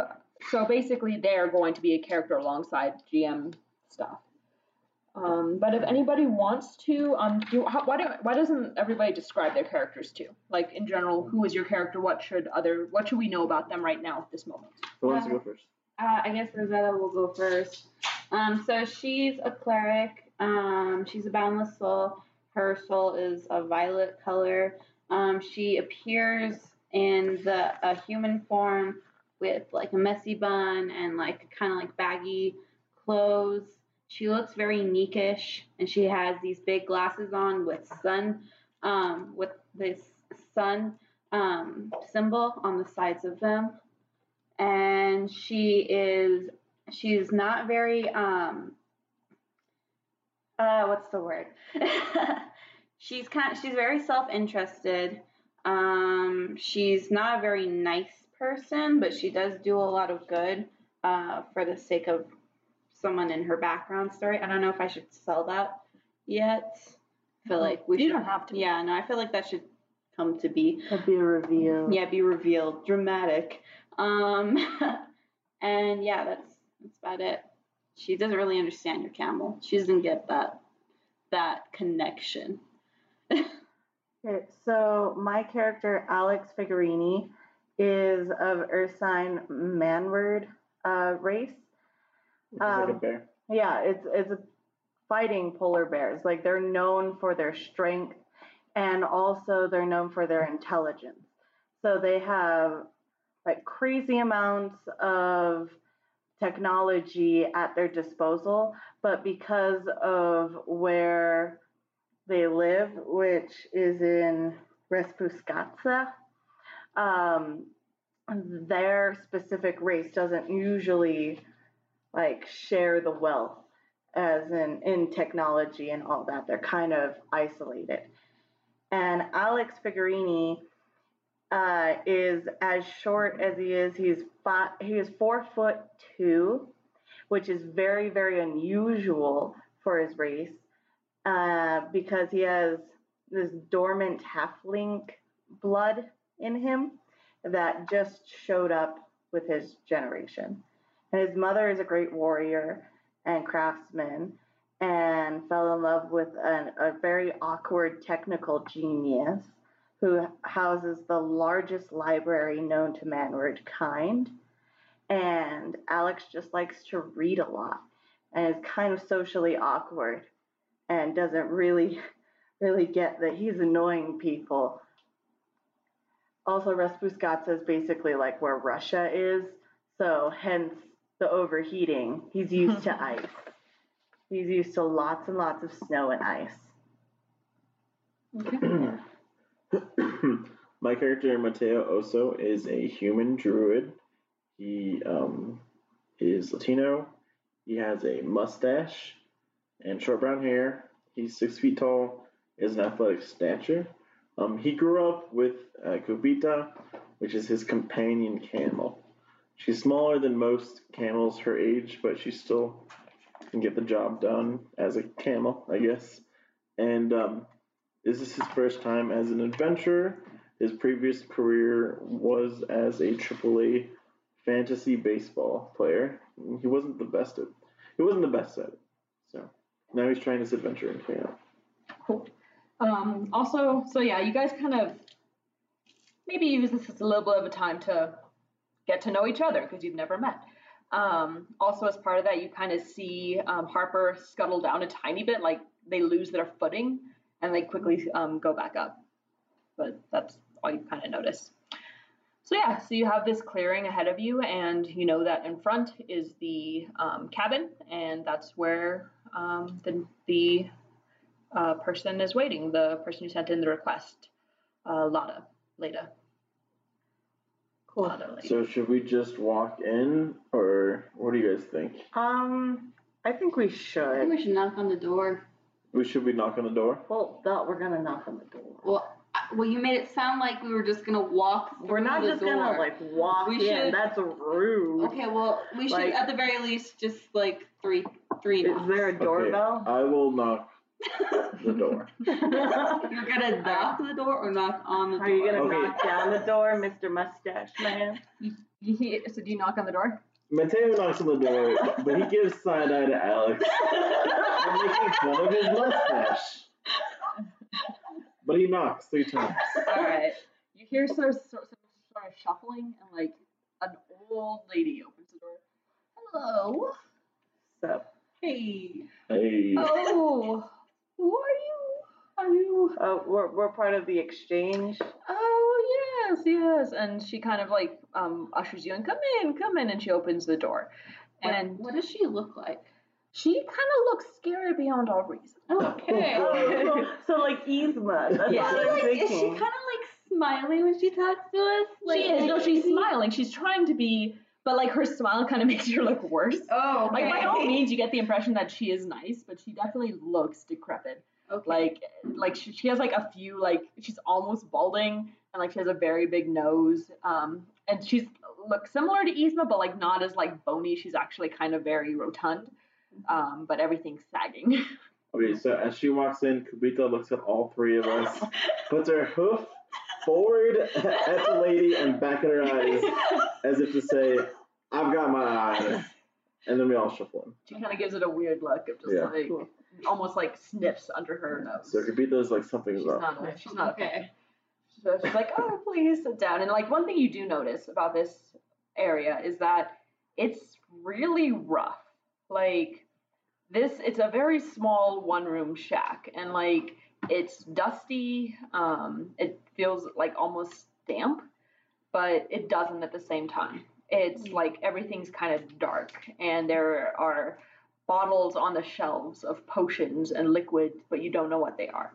Speaker 1: So basically, they're going to be a character alongside GM stuff. Um, but if anybody wants to, um, do, how, why don't why doesn't everybody describe their characters too? Like in general, who is your character? What should other what should we know about them right now at this moment?
Speaker 3: Who wants to go first?
Speaker 4: Uh, I guess Rosetta will go first. Um, so she's a cleric. Um, she's a boundless soul. Her soul is a violet color. Um, she appears in the a human form with like a messy bun and like kind of like baggy clothes. She looks very Neekish, and she has these big glasses on with sun, um, with this sun um, symbol on the sides of them and she is she's not very um uh what's the word she's kind she's very self-interested um she's not a very nice person but she does do a lot of good uh for the sake of someone in her background story i don't know if i should sell that yet I feel like we
Speaker 1: you
Speaker 4: should
Speaker 1: don't have to.
Speaker 4: yeah no i feel like that should come to be
Speaker 2: That'd be a reveal.
Speaker 4: yeah be revealed dramatic um and yeah that's that's about it she doesn't really understand your camel she doesn't get that that connection
Speaker 2: Okay, so my character Alex Figurini is of Ursine Manward uh, race.
Speaker 3: It's like a
Speaker 2: Um,
Speaker 3: bear.
Speaker 2: Yeah, it's it's fighting polar bears. Like they're known for their strength, and also they're known for their intelligence. So they have like crazy amounts of technology at their disposal, but because of where they live, which is in Respuskatsa, um, their specific race doesn't usually like share the wealth as in in technology and all that. They're kind of isolated. And Alex Figurini uh, is as short as he is. He's five, he is four foot two, which is very very unusual for his race uh, because he has this dormant halfling blood in him that just showed up with his generation. And his mother is a great warrior and craftsman and fell in love with an, a very awkward technical genius who houses the largest library known to manward kind. And Alex just likes to read a lot and is kind of socially awkward and doesn't really, really get that he's annoying people. Also, Respuskatsa is basically like where Russia is, so hence the overheating. He's used to ice. He's used to lots and lots of snow and ice.
Speaker 3: My character Mateo Oso is a human druid. He um, is Latino. He has a mustache and short brown hair. He's six feet tall. Is an athletic stature. Um, he grew up with uh, Kubita, which is his companion camel. She's smaller than most camels her age, but she still can get the job done as a camel, I guess. And um, this is his first time as an adventurer. His previous career was as a AAA fantasy baseball player. He wasn't the best at he wasn't the best at it. So now he's trying this adventuring thing out.
Speaker 1: Cool. Um, also, so yeah, you guys kind of maybe use this as a little bit of a time to get to know each other because you've never met. Um, also, as part of that, you kind of see um, Harper scuttle down a tiny bit, like they lose their footing and they quickly um, go back up. But that's all you kind of notice. So yeah, so you have this clearing ahead of you, and you know that in front is the um, cabin, and that's where um, the, the uh, person is waiting, the person who sent in the request, uh, Lada, Leda. Cool. Lada, Leda.
Speaker 3: So should we just walk in or what do you guys think?
Speaker 2: Um, I think we
Speaker 4: i
Speaker 2: should.
Speaker 4: think we should knock on the door
Speaker 3: We should we knock on the door?
Speaker 2: Well, thought we're gonna knock on the door.
Speaker 4: well I- well you made it sound like we were just gonna walk through
Speaker 2: We're not
Speaker 4: the
Speaker 2: just
Speaker 4: door.
Speaker 2: gonna like walk
Speaker 4: We
Speaker 2: in.
Speaker 4: should-
Speaker 2: That's rude.
Speaker 4: okay well we should
Speaker 2: like-
Speaker 4: at the very least just like three three
Speaker 2: Is
Speaker 4: knocks.
Speaker 2: there a doorbell?
Speaker 3: I will knock the door.
Speaker 4: you're gonna knock the door or knock on the door
Speaker 2: Are you gonna
Speaker 3: Okay.
Speaker 2: knock down the door, Mr. Mustache Man?
Speaker 1: You- you- so do you knock on the door?
Speaker 3: Mateo knocks on the door, but he gives side eye to Alex for making fun of his mustache. But he knocks three times.
Speaker 1: All right. You hear sort of, sort of, sort of shuffling, and like an old lady opens the door. Hello.
Speaker 2: So,
Speaker 4: Hey.
Speaker 3: Hey.
Speaker 1: Oh, who are you? Are you?
Speaker 2: uh, we're, we're part of the exchange.
Speaker 1: Oh yes, yes. And she kind of like um, ushers you in. Come in, come in. And she opens the door, and
Speaker 4: what does she look like?
Speaker 1: she kind of looks scary beyond all reason.
Speaker 4: Okay.
Speaker 2: Oh, so, like Yzma. That's
Speaker 1: Yeah.
Speaker 2: what I'm
Speaker 4: Is she, like, is she
Speaker 2: thinking.
Speaker 4: kind of like smiling when she talks to us? Like,
Speaker 1: she is. No, she's
Speaker 4: she-
Speaker 1: smiling. She's trying to be, but like her smile kind of makes her look worse.
Speaker 4: Oh, okay.
Speaker 1: Like by all means, you get the impression that she is nice, but she definitely looks decrepit.
Speaker 4: Okay.
Speaker 1: Like, like she, she has like a few like she's almost balding, and like she has a very big nose. Um, and she's looks similar to Yzma, but like not as like bony. She's actually kind of very rotund. Um, but everything's sagging.
Speaker 3: Okay, so as she walks in, Kubita looks at all three of us, puts her hoof forward at the lady and back in her eyes, as if to say, I've got my eye. And then we all shuffle in.
Speaker 1: She kind of gives it a weird look of just
Speaker 3: Yeah.
Speaker 1: like
Speaker 2: Cool.
Speaker 1: almost like sniffs under her nose.
Speaker 3: So Kubita's like, something's
Speaker 1: She's
Speaker 3: up.
Speaker 1: not. A, she's not. A fan.
Speaker 4: Okay.
Speaker 1: So she's like, oh, please sit down. And like one thing you do notice about this area is that it's really rough. Like this, it's a very small one room shack, and like it's dusty. Um, it feels like almost damp, but it doesn't at the same time. It's like everything's kind of dark, and there are bottles on the shelves of potions and liquids, but you don't know what they are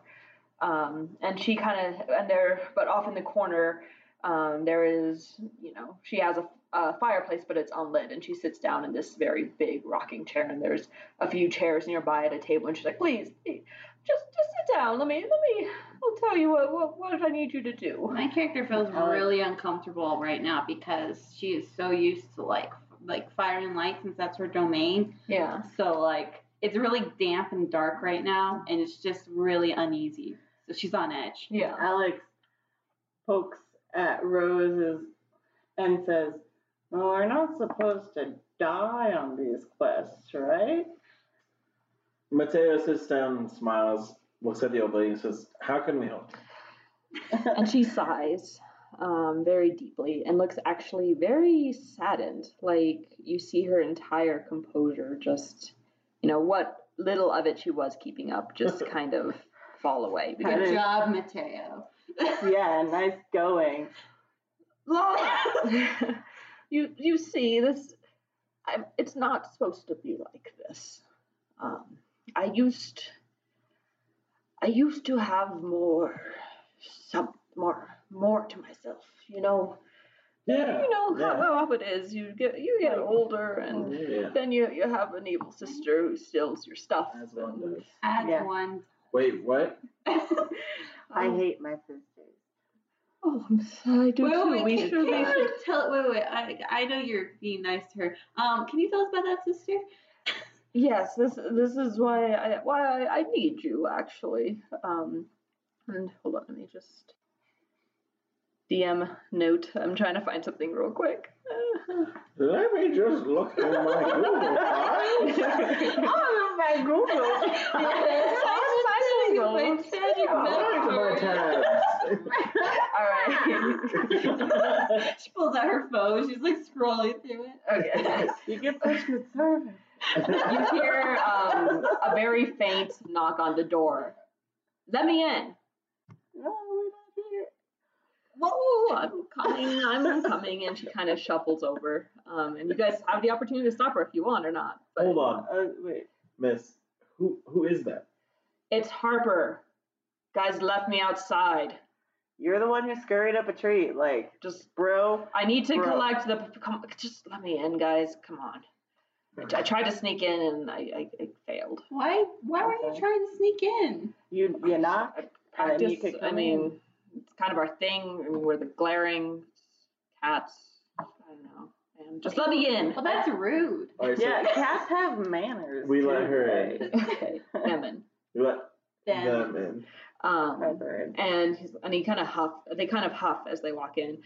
Speaker 1: um, and she kind of and there but off in the corner um, there is you know she has a, a fireplace but it's unlit and she sits down in this very big rocking chair and there's a few chairs nearby at a table and she's like please, please just just sit down let me let me i'll tell you what what, what i need you to do
Speaker 4: My character feels
Speaker 1: Uh,
Speaker 2: Oh.
Speaker 4: really uncomfortable right now because she is so used to like like fire and light since that's her domain.
Speaker 1: yeah
Speaker 4: So like it's really damp and dark right now, and it's just really uneasy. So she's on edge.
Speaker 1: yeah
Speaker 2: Alex pokes at Rose's and says, well, we're not supposed to die on these quests, right?
Speaker 3: Mateo sits down and smiles, looks at the old lady and says, How can we help?
Speaker 1: and she sighs um, very deeply and looks actually very saddened. Like you see her entire composure just, you know, what little of it she was keeping up just kind of fall away. Because,
Speaker 2: Good
Speaker 4: Good job, Mateo.
Speaker 2: Yeah, nice going.
Speaker 1: Laura, you you see this. I, it's not supposed to be like this. Um, I used. I used to have more, some more, more to myself. You know,
Speaker 3: Yeah.
Speaker 1: you know
Speaker 3: yeah. oh,
Speaker 1: how up it is. You get you get older, and
Speaker 3: Yeah.
Speaker 1: then you you have an evil sister who steals your stuff.
Speaker 3: As one does.
Speaker 4: Add
Speaker 2: Yeah.
Speaker 4: one.
Speaker 3: Wait, what?
Speaker 2: I
Speaker 1: Um,
Speaker 2: hate my sisters.
Speaker 1: Oh, I'm sorry, I do too.
Speaker 4: wait,
Speaker 1: we
Speaker 4: can,
Speaker 1: should.
Speaker 4: can
Speaker 1: We
Speaker 4: you
Speaker 1: should.
Speaker 4: tell? Wait, wait. I, I know you're being nice to her. Um, can you tell us about that sister?
Speaker 1: Yes, this this is why I why I, I need you actually. Um, and hold on, let me just DM note. I'm trying to find something real quick.
Speaker 3: Let me just look at my Google Drive.
Speaker 2: Oh, my
Speaker 1: Google.
Speaker 3: Where's my tabs?
Speaker 1: All right.
Speaker 4: She pulls out her phone. She's like scrolling through it.
Speaker 1: okay.
Speaker 2: You get personal service.
Speaker 1: you hear um, a very faint knock on the door. Let me in.
Speaker 2: No, we're not here.
Speaker 1: Whoa, I'm coming, I'm coming. And she kind of shuffles over. Um, and you guys have the opportunity to stop her if you want or not. But
Speaker 3: Hold on,
Speaker 2: Uh, wait.
Speaker 3: miss. Who who is that?
Speaker 1: It's Harper. Guys left me outside.
Speaker 2: You're the one who scurried up a tree, like,
Speaker 1: Just,
Speaker 2: bro.
Speaker 1: I need to
Speaker 2: Bro.
Speaker 1: collect the. Come, just let me in, guys. Come on. I t- I tried to sneak in and I, I, I failed.
Speaker 4: Why? Why were you
Speaker 2: Okay.
Speaker 4: trying to sneak in?
Speaker 2: You you knock. And then you
Speaker 1: practice.
Speaker 2: could
Speaker 1: I
Speaker 2: come
Speaker 1: mean, it's kind of our thing. I mean, we're the glaring cats. I don't know. And just let me in.
Speaker 4: Well, that's rude.
Speaker 3: All right, so
Speaker 2: Yeah, cats have manners.
Speaker 3: We let
Speaker 2: too,
Speaker 3: her in.
Speaker 2: like,
Speaker 1: okay, Emin.
Speaker 3: you let
Speaker 4: Them.
Speaker 3: them in.
Speaker 1: Um,
Speaker 2: I've heard.
Speaker 1: and he's, and he kind of huff. They kind of huff as they walk in.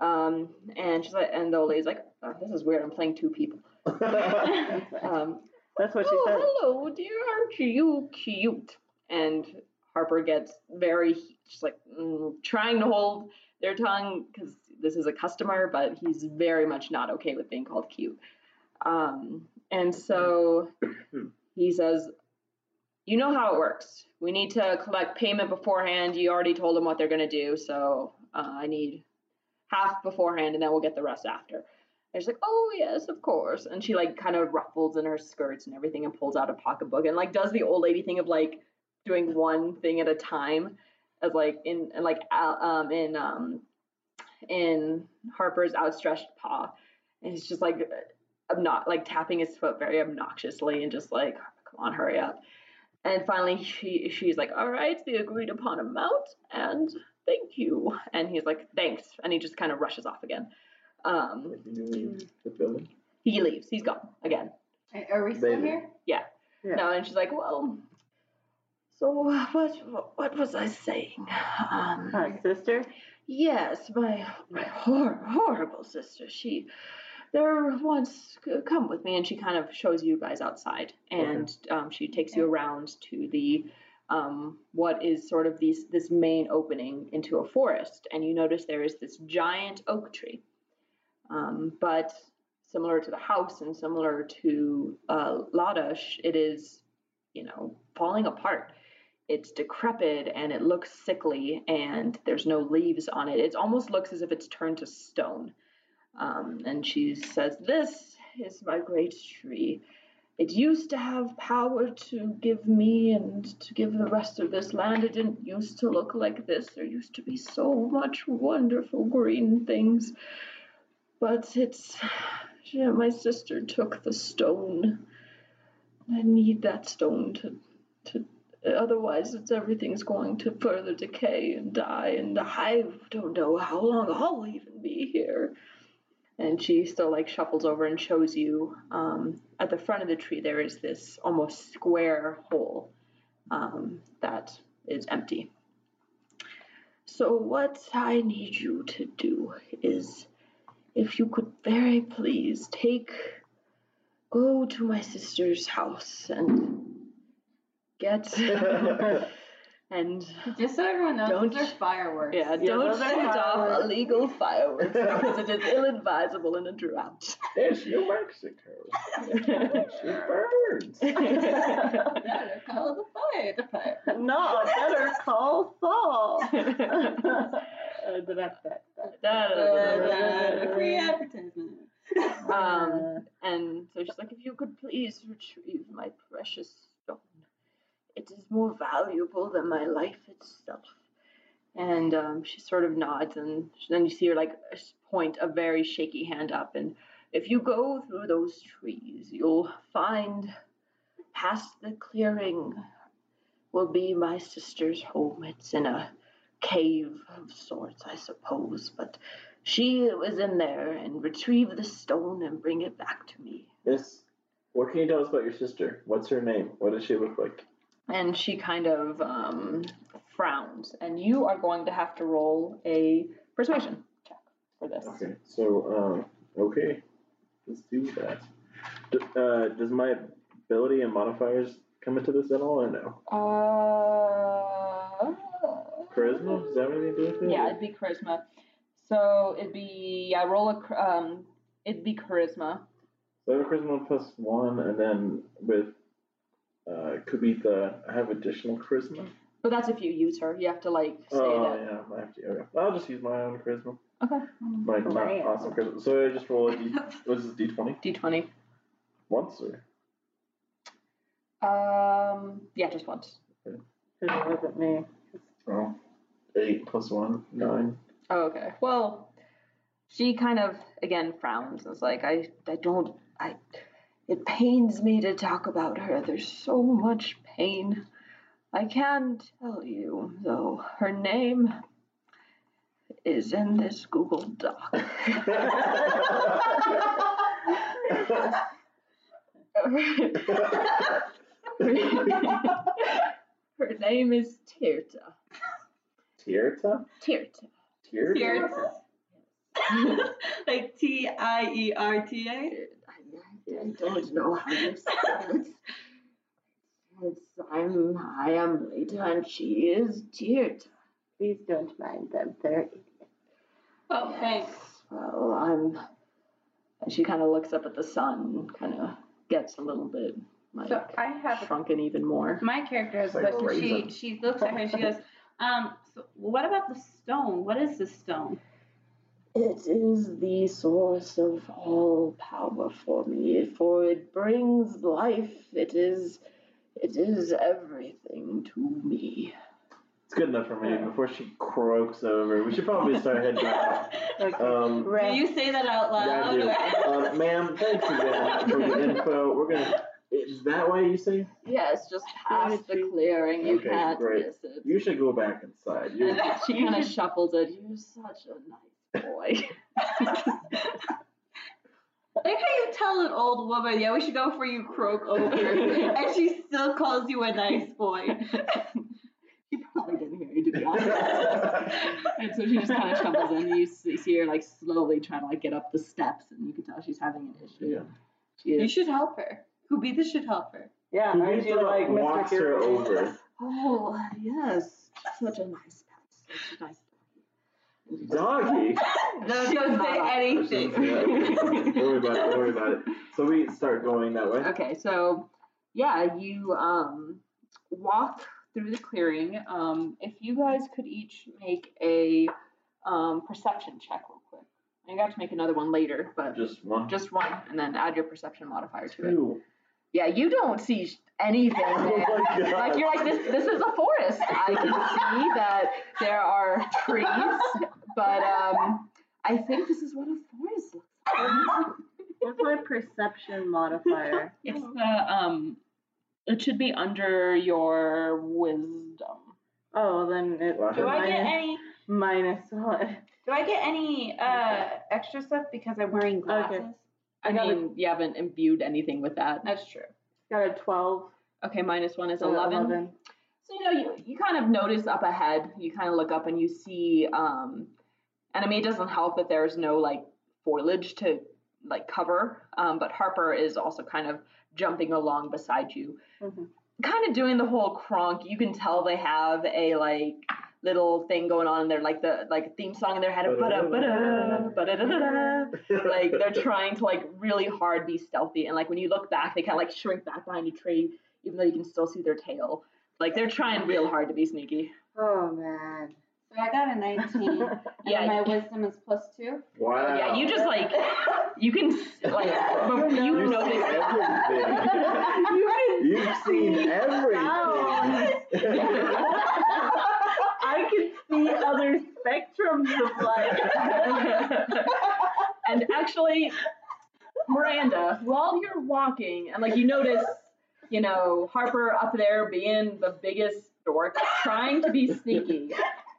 Speaker 1: Um, and she's like, and the old lady's like, oh, this is weird. I'm playing two people.
Speaker 2: Oh,
Speaker 1: Um,
Speaker 2: That's what she
Speaker 1: oh,
Speaker 2: said.
Speaker 1: hello, dear. Aren't you cute? And Harper gets very, just like mm, trying to hold their tongue because this is a customer, but he's very much not okay with being called cute. Um, and so he says, You know how it works. We need to collect payment beforehand. You already told them what they're going to do, so uh, I need half beforehand and then we'll get the rest after. And she's like, "Oh yes, of course." And she like kind of ruffles in her skirts and everything, and pulls out a pocketbook and like does the old lady thing of like doing one thing at a time, as like in and like out- um in um in Harper's outstretched paw, and he's just like obnox like tapping his foot very obnoxiously and just like, "Come on, hurry up." And finally, she she's like, "All right, the agreed upon amount, and thank you." And he's like, "Thanks," and he just kind of rushes off again. Um,
Speaker 3: the building.
Speaker 1: he leaves. He's gone again.
Speaker 4: Are we still
Speaker 3: Baby.
Speaker 4: here?
Speaker 2: Yeah.
Speaker 1: No, and she's like, "Well, so what? What was I saying? Um,
Speaker 2: Huh, sister?
Speaker 1: yes, my my hor- horrible sister. She there once. c- Come with me." And she kind of shows you guys outside, and um, she takes you around to the um, what is sort of these this main opening into a forest, and you notice there is this giant oak tree. Um, but similar to the house and similar to uh, Ladash, it is, you know, falling apart. It's decrepit and it looks sickly, and there's no leaves on it. It almost looks as if it's turned to stone. Um, and she says, This is my great tree. It used to have power to give me and to give the rest of this land. It didn't used to look like this. There used to be so much wonderful green things but it's yeah, my sister took the stone. I need that stone to to otherwise it's everything's going to further decay and die and I don't know how long I'll even be here. And she still like shuffles over and shows you um, at the front of the tree there is this almost square hole um, that is empty. So what I need you to do is if you could very please take go to my sister's house and get and
Speaker 4: Just so everyone knows,
Speaker 1: Don't-
Speaker 4: those are fireworks.
Speaker 1: yeah, don't
Speaker 2: those are
Speaker 1: set off
Speaker 2: fireworks.
Speaker 1: illegal fireworks because it is ill advisable in a drought.
Speaker 3: There's your Mexico. She burns.
Speaker 4: No, they're called the fire department.
Speaker 2: No, better call Saul. Oh,
Speaker 4: Uh, free advertisement.
Speaker 1: um, and so she's like, if you could please retrieve my precious stone, it is more valuable than my life itself. And um, she sort of nods, and then you see her like s- point a very shaky hand up. And if you go through those trees, you'll find past the clearing will be my sister's home. It's in a cave of sorts, I suppose, but she was in there and retrieve the stone and bring it back to me.
Speaker 3: Miss, what can you tell us about your sister? What's her name? What does she look like?
Speaker 1: And she kind of um, frowns. And you are going to have to roll a persuasion check for this.
Speaker 3: Okay, so, um, okay. Let's do that. D- uh, does my ability and modifiers come into this at all or no?
Speaker 1: Uh,
Speaker 3: Charisma? Does that have anything to do with it?
Speaker 1: Yeah, it'd be charisma. So it'd be yeah, roll a char- um, it'd be charisma.
Speaker 3: So I have a charisma plus one, and then with, uh, it could be the, I have additional charisma.
Speaker 1: But that's if you use her. You have to like say
Speaker 3: Oh,
Speaker 1: that.
Speaker 3: yeah, I have to, okay. I'll just use my own charisma.
Speaker 1: Okay.
Speaker 3: My
Speaker 1: Oh,
Speaker 3: not
Speaker 2: Right.
Speaker 3: awesome charisma. So I just roll a D, what is this, D20?
Speaker 1: D twenty.
Speaker 3: Once or?
Speaker 1: Um. Yeah, just once.
Speaker 2: Uh, it wasn't me.
Speaker 3: Oh, eight plus one, nine.
Speaker 1: Oh, okay. Well, she kind of again frowns and is like, I, I don't, I, it pains me to talk about her. There's so much pain. I can tell you, though, her name is in this Google Doc. her name is Tirta.
Speaker 3: Tierta?
Speaker 1: Tirta.
Speaker 3: Tierta?
Speaker 4: Here. like T I E R T A.
Speaker 1: I don't know how to spell it. It's, I'm, I am Rita and she is Tirta.
Speaker 2: Please don't mind them. They're
Speaker 4: Oh, thanks.
Speaker 1: Well, I'm. And she kind of looks up at the sun, kind of gets a little bit like
Speaker 4: So I have
Speaker 1: shrunken even more.
Speaker 4: my character has a
Speaker 3: It's like
Speaker 4: question. She
Speaker 3: raisin.
Speaker 4: she looks at her. She goes, um, so what about the stone? What is the stone?
Speaker 1: It is the source of all power for me, for it brings life. It is, it is everything to me.
Speaker 3: It's good enough for me. Before she croaks over, we should probably start heading out.
Speaker 2: like
Speaker 3: Um,
Speaker 4: Do
Speaker 2: red.
Speaker 4: you say that out
Speaker 3: Yeah, I do.
Speaker 4: loud?
Speaker 3: Um, ma'am, thanks again for the info. We're gonna. Is that way you say?
Speaker 1: Yes, just
Speaker 2: past the
Speaker 1: clearing.
Speaker 3: you Okay, can't great. miss You should go back inside. You,
Speaker 1: She kind of shuffles it. You're such a nice boy.
Speaker 4: Like how you tell an old woman, yeah, we should go for you croak over, and she still calls you a nice boy.
Speaker 1: She probably didn't hear you, to be honest. and so she just kind of stumbles in. And you see, see her like slowly trying to like get up the steps, and you can tell she's having an issue.
Speaker 3: yeah.
Speaker 1: She
Speaker 4: You
Speaker 1: is.
Speaker 4: should help her. Kubita should help her.
Speaker 2: Yeah, aren't you
Speaker 3: Kubita
Speaker 2: like Mr.
Speaker 3: walks her
Speaker 2: Hero?
Speaker 3: over.
Speaker 1: Oh yes, such a nice pet, such a nice.
Speaker 3: Doggy.
Speaker 4: She don't say anything.
Speaker 3: don't worry about it. Don't worry about it. So we start going that way.
Speaker 1: Okay, so yeah, you um walk through the clearing. Um, if you guys could each make a um, perception check real quick. I got to make another one later, but
Speaker 3: Just one.
Speaker 1: just one, and then add your perception modifier to it.
Speaker 3: two.
Speaker 1: Yeah, you don't see sh- anything. man.
Speaker 3: Oh my god.
Speaker 1: Like you're like this. This is a forest. I can see that there are trees, but um, I think this is what a forest looks like.
Speaker 2: What's my perception modifier?
Speaker 1: It's the um, it should be under your wisdom.
Speaker 2: Oh, then it
Speaker 3: Wow.
Speaker 4: Do I get
Speaker 2: minus-
Speaker 4: any?
Speaker 2: minus one.
Speaker 4: Do I get any uh, extra stuff because I'm wearing glasses?
Speaker 1: I,
Speaker 2: I got a-
Speaker 1: mean, you haven't imbued anything with that.
Speaker 4: That's true.
Speaker 2: Got a twelve.
Speaker 1: Okay, minus one is
Speaker 2: so
Speaker 1: eleven. So you know, you, you kind of notice up ahead. You kind of look up and you see. Um, and I mean, it doesn't help that there's no like foliage to like cover. Um, but Harper is also kind of jumping along beside you,
Speaker 2: Mhm.
Speaker 1: kind of doing the whole cronk. You can tell they have a like little thing going on. They're like the like theme song in their head. Ba-da, ba-da, ba-da-da-da-da. like they're trying to like really hard be stealthy and like when you look back they kind of like shrink back behind a tree even though you can still see their tail like they're trying real hard to be sneaky
Speaker 2: Oh man.
Speaker 4: So I got a 19. and
Speaker 1: Yeah.
Speaker 4: my wisdom is plus two.
Speaker 3: Wow.
Speaker 1: yeah you just like you can s- like bef-
Speaker 3: You
Speaker 1: you notice
Speaker 3: see everything. You've seen everything.
Speaker 2: I can see other spectrums of life.
Speaker 1: and actually miranda while you're walking and like you notice you know harper up there being the biggest dork trying to be sneaky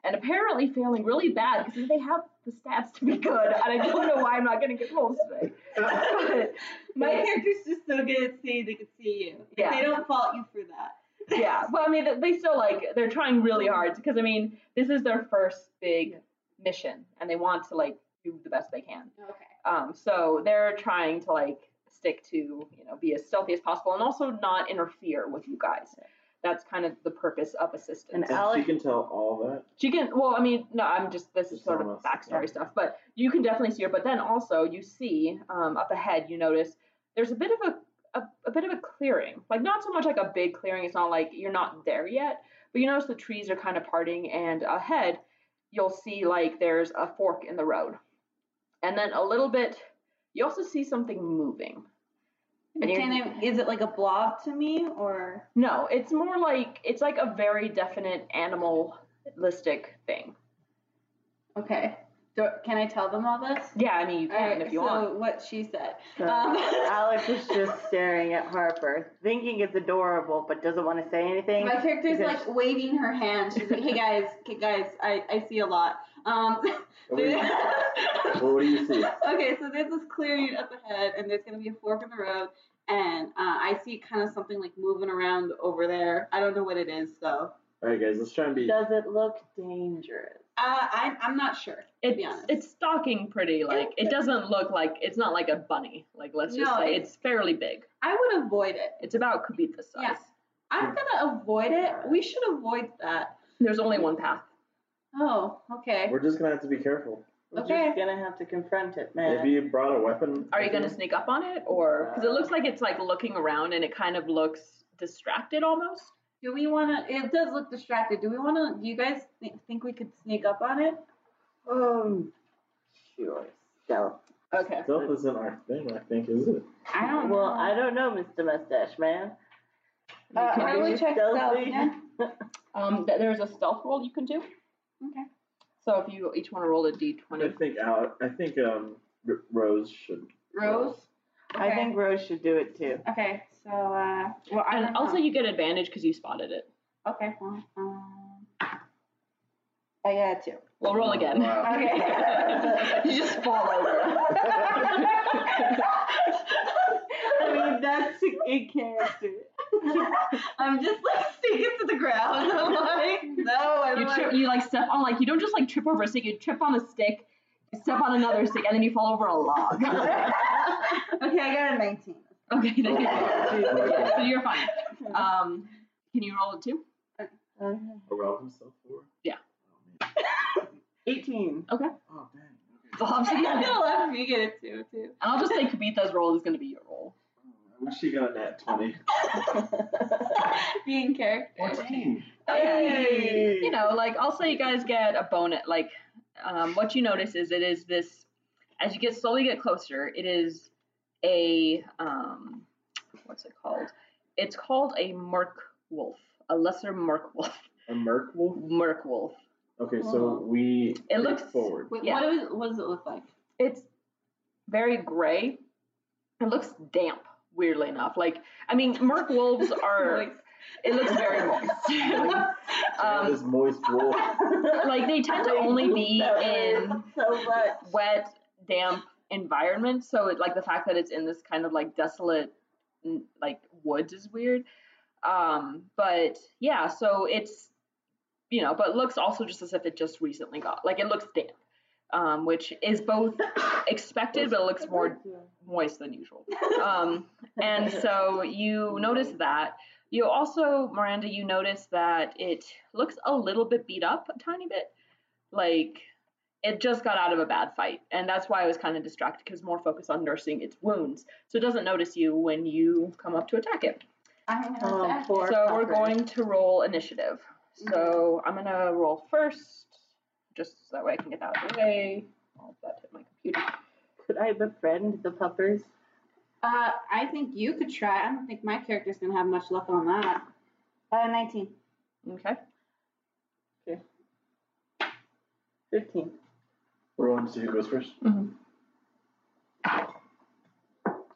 Speaker 1: and apparently failing really bad because they have the stats to be good and i don't know why i'm not getting good rolls today but
Speaker 4: My
Speaker 1: my
Speaker 4: character's just so good at seeing they can see you. Like,
Speaker 1: Yeah.
Speaker 4: They don't fault you for that.
Speaker 1: yeah well i mean they- they still like they're trying really hard because i mean this is their first big mission and they want to like do the best they can
Speaker 4: Okay.
Speaker 1: Um, so they're trying to like stick to, you know, be as stealthy as possible and also not interfere with you guys. That's kind of the purpose of assistance.
Speaker 2: And-
Speaker 3: And she can tell all that.
Speaker 1: she can, well, I mean, no, I'm just, this is
Speaker 3: Just
Speaker 1: sort
Speaker 3: tell
Speaker 1: of
Speaker 3: us,
Speaker 1: backstory
Speaker 3: yeah.
Speaker 1: stuff, but you can definitely see her. But then also you see um, up ahead, you notice there's a bit of a, a, a bit of a clearing, like not so much like a big clearing. It's not like you're not there yet, but you notice the trees are kind of parting and ahead you'll see like there's a fork in the road. And then a little bit, you also see something moving. And you're-
Speaker 4: Can I, is it like a blob to me or?
Speaker 1: No, it's more like it's like a very definite animalistic thing.
Speaker 4: Okay. Do, can I tell them all this?
Speaker 1: Yeah, I mean you can
Speaker 4: Alright,
Speaker 1: if you
Speaker 4: so
Speaker 1: want.
Speaker 4: what she said.
Speaker 2: So,
Speaker 4: Um,
Speaker 2: Alex is just staring at Harper, thinking it's adorable, but doesn't want to say anything.
Speaker 4: My character's
Speaker 2: because-
Speaker 4: like waving her hand. She's like, "Hey guys, hey guys, I, I see a lot." Um,
Speaker 3: What do you- what do you see?
Speaker 4: okay, so there's this clearing up ahead, and there's gonna be a fork in the road, and uh, I see kind of something like moving around over there. I don't know what it is though.
Speaker 3: All right, guys, let's try and be.
Speaker 2: Does it look dangerous?
Speaker 4: Uh, I'm I'm not sure.
Speaker 1: It's,
Speaker 4: be honest.
Speaker 1: it's stalking pretty. Like it doesn't look like it's not like a bunny. Like let's just
Speaker 4: No,
Speaker 1: say
Speaker 4: it's-
Speaker 1: it's fairly big.
Speaker 4: I would avoid it.
Speaker 1: It's about Kubica size.
Speaker 4: Yes. I'm gonna avoid it. We should avoid that.
Speaker 1: There's only one path.
Speaker 4: Oh, okay.
Speaker 3: We're just gonna have to be careful.
Speaker 2: We're
Speaker 4: Okay.
Speaker 2: just gonna have to confront it,
Speaker 3: If
Speaker 2: man.
Speaker 3: you brought a weapon,
Speaker 1: Are you
Speaker 3: with
Speaker 1: gonna
Speaker 4: Mm-hmm.
Speaker 1: sneak up on it, or because it looks like it's like looking around and it kind of looks distracted almost?
Speaker 4: Do we wanna? It does look distracted. Do we wanna? Do you guys thi- think we could sneak up on it?
Speaker 2: Um, sure. Stealth.
Speaker 1: Okay.
Speaker 3: Stealth isn't our thing, I think, is it?
Speaker 4: I don't.
Speaker 2: Well,
Speaker 4: know.
Speaker 2: I don't know, Mr. Mustache Man.
Speaker 1: You
Speaker 2: Uh,
Speaker 1: can
Speaker 4: I
Speaker 2: are
Speaker 1: do-
Speaker 4: would
Speaker 2: you
Speaker 4: check
Speaker 2: stealthy?
Speaker 4: stealth,
Speaker 1: um, th- there's a stealth roll you can do.
Speaker 4: Okay.
Speaker 1: So if you each want to roll a
Speaker 3: I
Speaker 1: d20.
Speaker 3: think Al I think um, R- Rose should.
Speaker 4: Rose.
Speaker 2: I think Rose should do it too.
Speaker 4: Okay. So. Uh, well, I don't
Speaker 1: And
Speaker 4: know.
Speaker 1: also you get advantage because you spotted it.
Speaker 4: Okay. Well, um, I got two.
Speaker 1: We'll roll again.
Speaker 3: Wow.
Speaker 4: Okay.
Speaker 1: you just fall over.
Speaker 2: I mean, that's in character.
Speaker 4: I'm just like sticking to the ground. I'm like, Oh no, I'm
Speaker 1: You
Speaker 4: like,
Speaker 1: trip, you like step on like you don't just like trip over a stick. You trip on a stick, you step on another stick, and then you fall over a log.
Speaker 4: okay, I got a 19.
Speaker 1: okay, then
Speaker 3: Oh, wow.
Speaker 1: yeah, so you're fine. Um, can you roll a two?
Speaker 3: Around himself for?
Speaker 1: Yeah.
Speaker 3: Oh, man.
Speaker 2: 18.
Speaker 3: Oh, dang. Okay.
Speaker 1: So I'm
Speaker 4: I'm
Speaker 1: just gonna-
Speaker 4: gonna let me get it too, too.
Speaker 1: and I'll just say Kabitha's roll is going to be your roll.
Speaker 3: I wish he got a nat 20.
Speaker 4: Being character.
Speaker 1: Okay. You know, like I'll say you guys get a bonus. Like, um, what you notice is it is this. As you get slowly get closer, it is a um, what's it called? It's called a merc wolf, a lesser merc wolf,
Speaker 3: A merc wolf?
Speaker 1: merc wolf.
Speaker 3: Okay, so we
Speaker 1: It
Speaker 3: creep
Speaker 1: looks- um,
Speaker 3: forward.
Speaker 4: Wait,
Speaker 1: Yeah.
Speaker 4: what, is, what does it look like?
Speaker 1: It's very gray. It looks damp, weirdly enough. Like, I mean, merc wolves are. it looks very moist.
Speaker 3: Check out
Speaker 1: um,
Speaker 3: this moist wolf.
Speaker 1: like they tend to only be
Speaker 2: That is
Speaker 1: in
Speaker 2: so much.
Speaker 1: wet, damp environment. So it, like the fact that it's in this kind of like desolate n- like woods is weird. Um, but yeah, so it's you know, but looks also just as if it just recently got like it looks damp, um, which is both expected, but it looks more moist than usual. Um, and so you notice that. You also, Miranda, you notice that it looks a little bit beat up, a tiny bit. Like it just got out of a bad fight, and that's why I was kind of distracted because more focused on nursing its wounds, so it doesn't notice you when you come up to attack it.
Speaker 4: I'm gonna
Speaker 2: Oh,
Speaker 4: attack
Speaker 2: poor-
Speaker 4: it.
Speaker 1: so we're
Speaker 2: fucker.
Speaker 1: going to roll initiative. So I'm gonna roll first, just so that way I can get that out of the way. Oh, that hit my computer.
Speaker 2: Could I befriend the puppers?
Speaker 4: Uh, I think you could try. I don't think my character's gonna have much luck on that. Uh, 19.
Speaker 1: Okay.
Speaker 2: 15.
Speaker 3: We're going to see who goes 1st
Speaker 1: Mhm.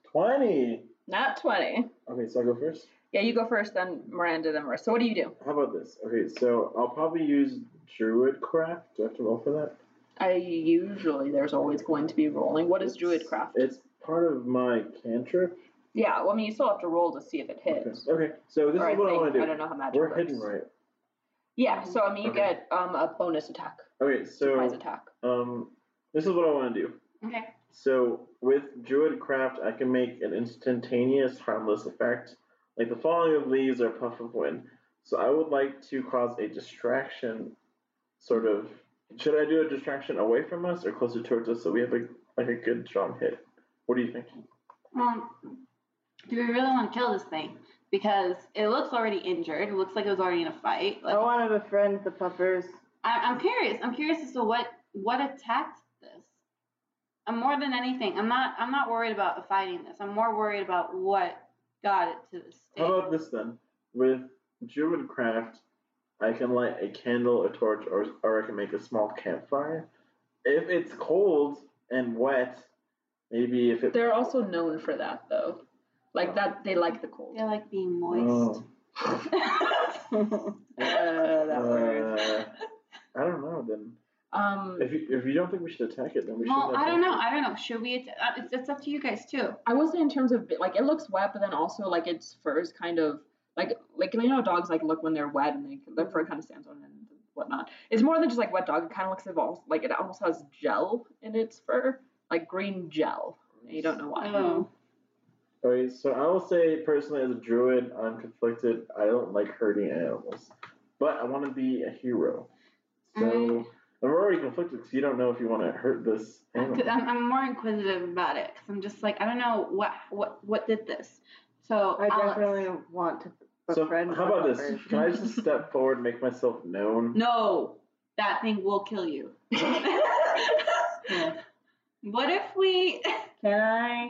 Speaker 3: 20!
Speaker 1: Not twenty.
Speaker 3: Okay, so I go first?
Speaker 1: Yeah, you go first, then Miranda, then Marissa. So what do you do?
Speaker 3: How about this? Okay, so I'll probably use Druid Craft. Do I have to roll for that?
Speaker 1: I usually there's always going to be rolling. What is
Speaker 3: It's-
Speaker 1: Druidcraft?
Speaker 3: It's part of my cantrip.
Speaker 1: Yeah, well, I mean you still have to roll to see if it
Speaker 3: Okay.
Speaker 1: hits.
Speaker 3: okay, so this
Speaker 1: Or
Speaker 3: is what I
Speaker 1: think-
Speaker 3: want to do.
Speaker 1: don't know how magic
Speaker 3: We're
Speaker 1: works.
Speaker 3: hidden, right?
Speaker 1: Yeah, so I mean you
Speaker 3: Okay.
Speaker 1: get um, a bonus attack,
Speaker 3: Okay,
Speaker 1: surprise
Speaker 3: so
Speaker 1: attack.
Speaker 3: um, this is what I want to do.
Speaker 4: Okay.
Speaker 3: So with Druid Craft, I can make an instantaneous harmless effect, like the falling of leaves or a puff of wind. So I would like to cause a distraction, sort of. Should I do a distraction away from us or closer towards us so we have a like a good strong hit? What do you think?
Speaker 4: Um, do we really want to kill this thing? Because it looks already injured. It looks like it was already in a fight. Like,
Speaker 2: I want to befriend the puppers.
Speaker 4: I, I'm curious. I'm curious as to what what attacked this. I'm more than anything. I'm not. I'm not worried about fighting this. I'm more worried about what got it to this state.
Speaker 3: How about this then? With Druid Craft, I can light a candle, a torch, or, or I can make a small campfire. If it's cold and wet, maybe if it.
Speaker 1: They're also known for that though, like that they like the cold.
Speaker 4: I feel like being moist.
Speaker 3: Oh.
Speaker 1: Uh, that word.
Speaker 3: Uh, I don't know then.
Speaker 1: Um,
Speaker 3: If you, if you don't think we should attack it, then we
Speaker 4: well,
Speaker 3: should.
Speaker 4: I don't know. I don't know. Should we? Att- uh, it's, it's up to you guys too.
Speaker 1: I will say in terms of like it looks wet, but then also like its fur is kind of like like you know how dogs like look when they're wet and they, their fur kind of stands on end whatnot. It's more than just like wet dog. It kind of looks evolved, like it almost has gel in its fur, like green gel. And you don't know why.
Speaker 4: Oh.
Speaker 3: Alright, so I will say personally, as a druid, I'm conflicted. I don't like hurting animals, but I want to be a hero. So
Speaker 4: Alright.
Speaker 3: I'm already conflicted because you don't know if you want to hurt this
Speaker 4: I'm,
Speaker 3: animal.
Speaker 4: I'm, I'm more inquisitive about it because I'm just like I don't know what what what did this. So
Speaker 2: I
Speaker 4: Alex-
Speaker 2: definitely want to
Speaker 3: So
Speaker 2: befriend
Speaker 3: how about this?
Speaker 2: leopards.
Speaker 3: Can I just step forward and make myself known?
Speaker 4: No, that thing will kill you.
Speaker 2: Yeah.
Speaker 4: What if we?
Speaker 2: Can I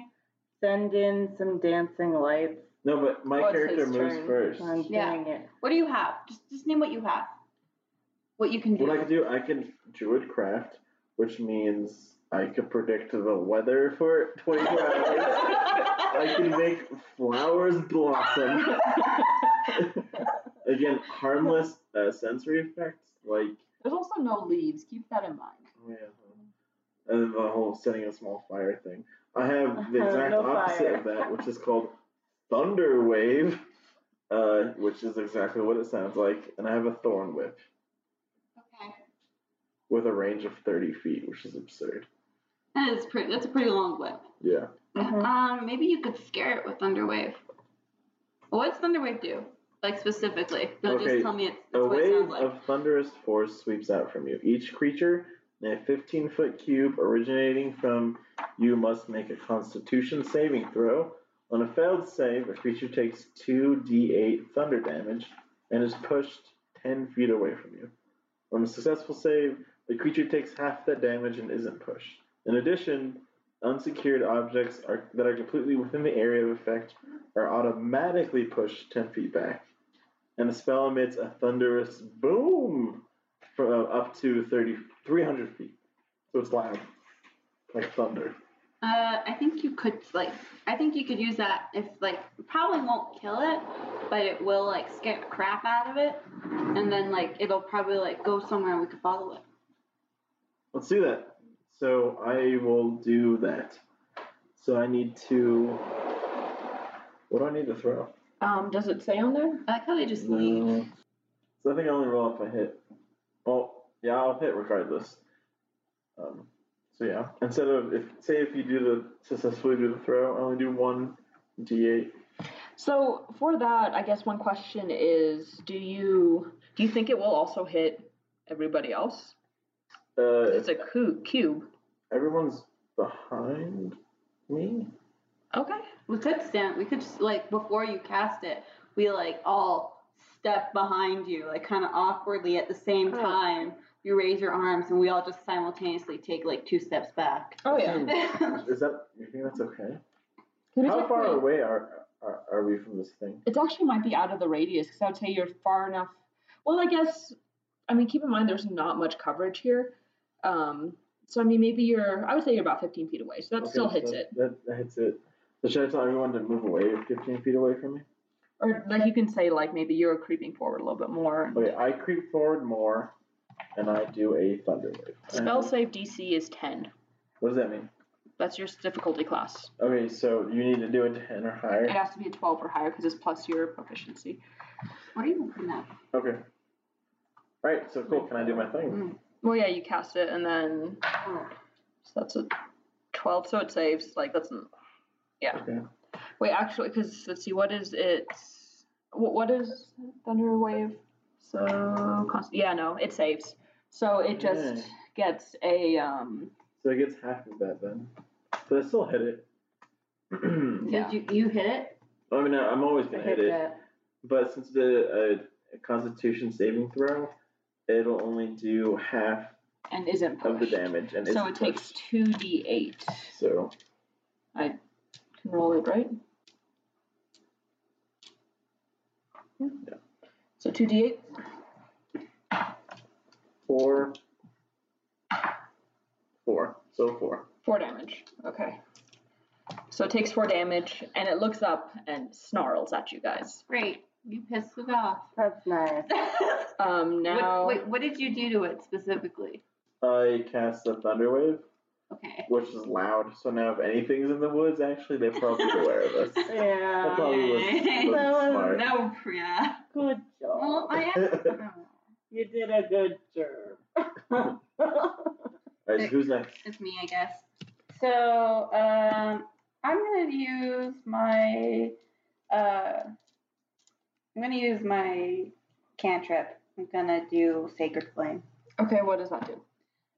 Speaker 2: send in some dancing lights?
Speaker 3: No, but my
Speaker 1: Well, it's
Speaker 3: character
Speaker 1: his
Speaker 3: moves
Speaker 1: turn.
Speaker 3: first.
Speaker 2: I'm
Speaker 4: Yeah.
Speaker 2: doing it.
Speaker 4: What do you have? Just just name what you have. What you can do.
Speaker 3: What I can do, I can druid craft, which means I can predict the weather for 24 hours. I can make flowers blossom. Again, harmless uh, sensory effects, like
Speaker 1: There's also no leaves. Keep that in mind.
Speaker 3: yeah, uh, and then the whole setting a small fire thing. I have the exact
Speaker 2: No
Speaker 3: opposite
Speaker 2: fire.
Speaker 3: of that, which is called thunder wave, uh, which is exactly what it sounds like. And I have a thorn whip
Speaker 4: okay.
Speaker 3: with a range of 30 feet, which is absurd.
Speaker 4: That is pretty. That's a pretty long whip.
Speaker 3: Yeah.
Speaker 2: Mhm.
Speaker 4: Um, maybe you could scare it with Thunderwave. What does Thunderwave do? Like specifically? Don't
Speaker 3: Okay,
Speaker 4: just tell me it's
Speaker 3: A
Speaker 4: that's what it
Speaker 3: wave
Speaker 4: sounds like.
Speaker 3: of thunderous force sweeps out from you. Each creature in a 15 foot cube originating from you must make a constitution saving throw. On a failed save, the creature takes 2d8 thunder damage and is pushed 10 feet away from you. On a successful save, the creature takes half that damage and isn't pushed. In addition, unsecured objects are, that are completely within the area of effect are automatically pushed 10 feet back and the spell emits a thunderous boom from up to 30, 300 feet. So it's loud, like thunder.
Speaker 4: Uh, I think you could like. I think you could use that if like probably won't kill it, but it will like scare the crap out of it, and then like it'll probably like go somewhere and we could follow it.
Speaker 3: Let's do that. So I will do that. So I need to. What do I need to throw?
Speaker 1: Um, does it say on there?
Speaker 4: I like how they just leave.
Speaker 3: So I think I only roll if I hit. Well, yeah, I'll hit regardless. Um, so yeah, instead of if say if you do the successfully do the throw, I only do one d8.
Speaker 1: So for that, I guess one question is: Do you do you think it will also hit everybody else?
Speaker 3: Uh,
Speaker 1: 'Cause It's a cu- cube.
Speaker 3: everyone's behind me.
Speaker 1: Okay.
Speaker 4: We could stand. We could just like before you cast it, we like all step behind you, like kind of awkwardly at the same
Speaker 1: Oh.
Speaker 4: time. You raise your arms, and we all just simultaneously take like two steps back.
Speaker 1: Oh
Speaker 3: Hmm. Is that you think that's okay?
Speaker 1: Could it
Speaker 3: How
Speaker 1: take
Speaker 3: far
Speaker 1: away-
Speaker 3: away are, are are we from this thing?
Speaker 1: It actually might be out of the radius because I would say you're far enough. Well, I guess. I mean, keep in mind there's not much coverage here. Um, so I mean, maybe you're. I would say you're about 15 feet away, so that
Speaker 3: Okay,
Speaker 1: still
Speaker 3: so
Speaker 1: hits it.
Speaker 3: That, that hits it. So should I tell everyone to move away, fifteen feet away from me?
Speaker 1: Or like you can say like maybe you're creeping forward a little bit more.
Speaker 3: Okay, I creep forward more, and I do a thunder wave.
Speaker 1: Spell save DC is 10.
Speaker 3: What does that mean?
Speaker 1: That's your difficulty class.
Speaker 3: Okay, so you need to do a ten or
Speaker 1: It
Speaker 3: higher.
Speaker 1: has to be a 12 or higher because it's plus your proficiency.
Speaker 4: What are you looking at?
Speaker 3: Okay. All right, so cool. Can I do my thing?
Speaker 1: Mm. Well, yeah, you cast it and then
Speaker 4: Oh.
Speaker 1: so that's a 12, so it saves. Like that's an, yeah.
Speaker 3: Okay.
Speaker 1: Wait, actually, because let's see, what is its what, what is thunder wave? So const- yeah, no, it saves. So it just
Speaker 3: Okay.
Speaker 1: gets a um.
Speaker 3: So it gets half of that then, but I still hit it. I
Speaker 1: Yeah.
Speaker 4: Did you you hit it?
Speaker 3: mean, I- I'm always
Speaker 2: I
Speaker 3: gonna
Speaker 2: hit
Speaker 3: hit it.
Speaker 2: that.
Speaker 3: But since the uh, Constitution saving throw, it'll only do half
Speaker 1: and isn't pushed.
Speaker 3: of the damage, and
Speaker 1: So it
Speaker 3: it's
Speaker 1: takes
Speaker 3: pushed.
Speaker 1: two d eight.
Speaker 3: So
Speaker 1: Can roll it right.
Speaker 3: Yeah.
Speaker 1: So two d eight.
Speaker 3: four, four, so four.
Speaker 1: Four damage. Okay. So it takes four damage, and it looks up and snarls at you guys.
Speaker 4: Great. You pissed it off.
Speaker 2: That's nice.
Speaker 1: Um, now,
Speaker 4: What, wait, what did you do to it specifically?
Speaker 3: I cast a thunder wave,
Speaker 4: Okay.
Speaker 3: which is loud. So now, if anything's in the woods, actually, they're probably aware of us. That
Speaker 2: Yeah.
Speaker 3: probably was,
Speaker 4: Yay.
Speaker 3: was
Speaker 2: That was-
Speaker 3: smart.
Speaker 4: No, Priya.
Speaker 2: Good job.
Speaker 4: Well, I am.
Speaker 5: You did a good job.
Speaker 3: All right, so who's next?
Speaker 4: It's me, I guess. So um, I'm gonna use my uh, I'm gonna use my cantrip. I'm gonna do Sacred Flame.
Speaker 1: Okay, what does that do?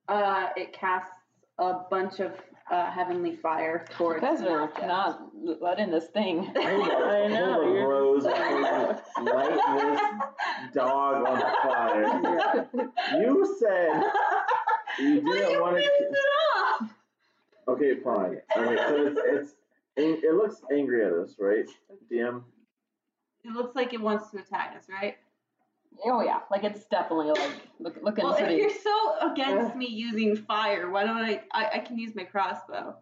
Speaker 4: Uh, it casts a bunch of uh, heavenly fire
Speaker 1: You
Speaker 4: towards.
Speaker 1: guys
Speaker 4: an
Speaker 1: are
Speaker 4: object.
Speaker 1: not letting this thing.
Speaker 5: I know,
Speaker 3: Hold on,
Speaker 5: you're
Speaker 3: Rose.
Speaker 5: just-
Speaker 3: please Light this dog on fire.
Speaker 5: Yeah.
Speaker 3: You said you
Speaker 4: Well,
Speaker 3: didn't
Speaker 4: you
Speaker 3: want
Speaker 4: finished
Speaker 3: to.
Speaker 4: it off.
Speaker 3: Okay, fine. All right, so it's, it's ang- it looks angry at us, right? DM.
Speaker 4: It looks like it wants to attack us, right?
Speaker 1: Oh yeah, like it's definitely like look, looking
Speaker 4: Well, if
Speaker 1: pretty.
Speaker 4: you're so against me using fire, why don't I, I? I can use my crossbow.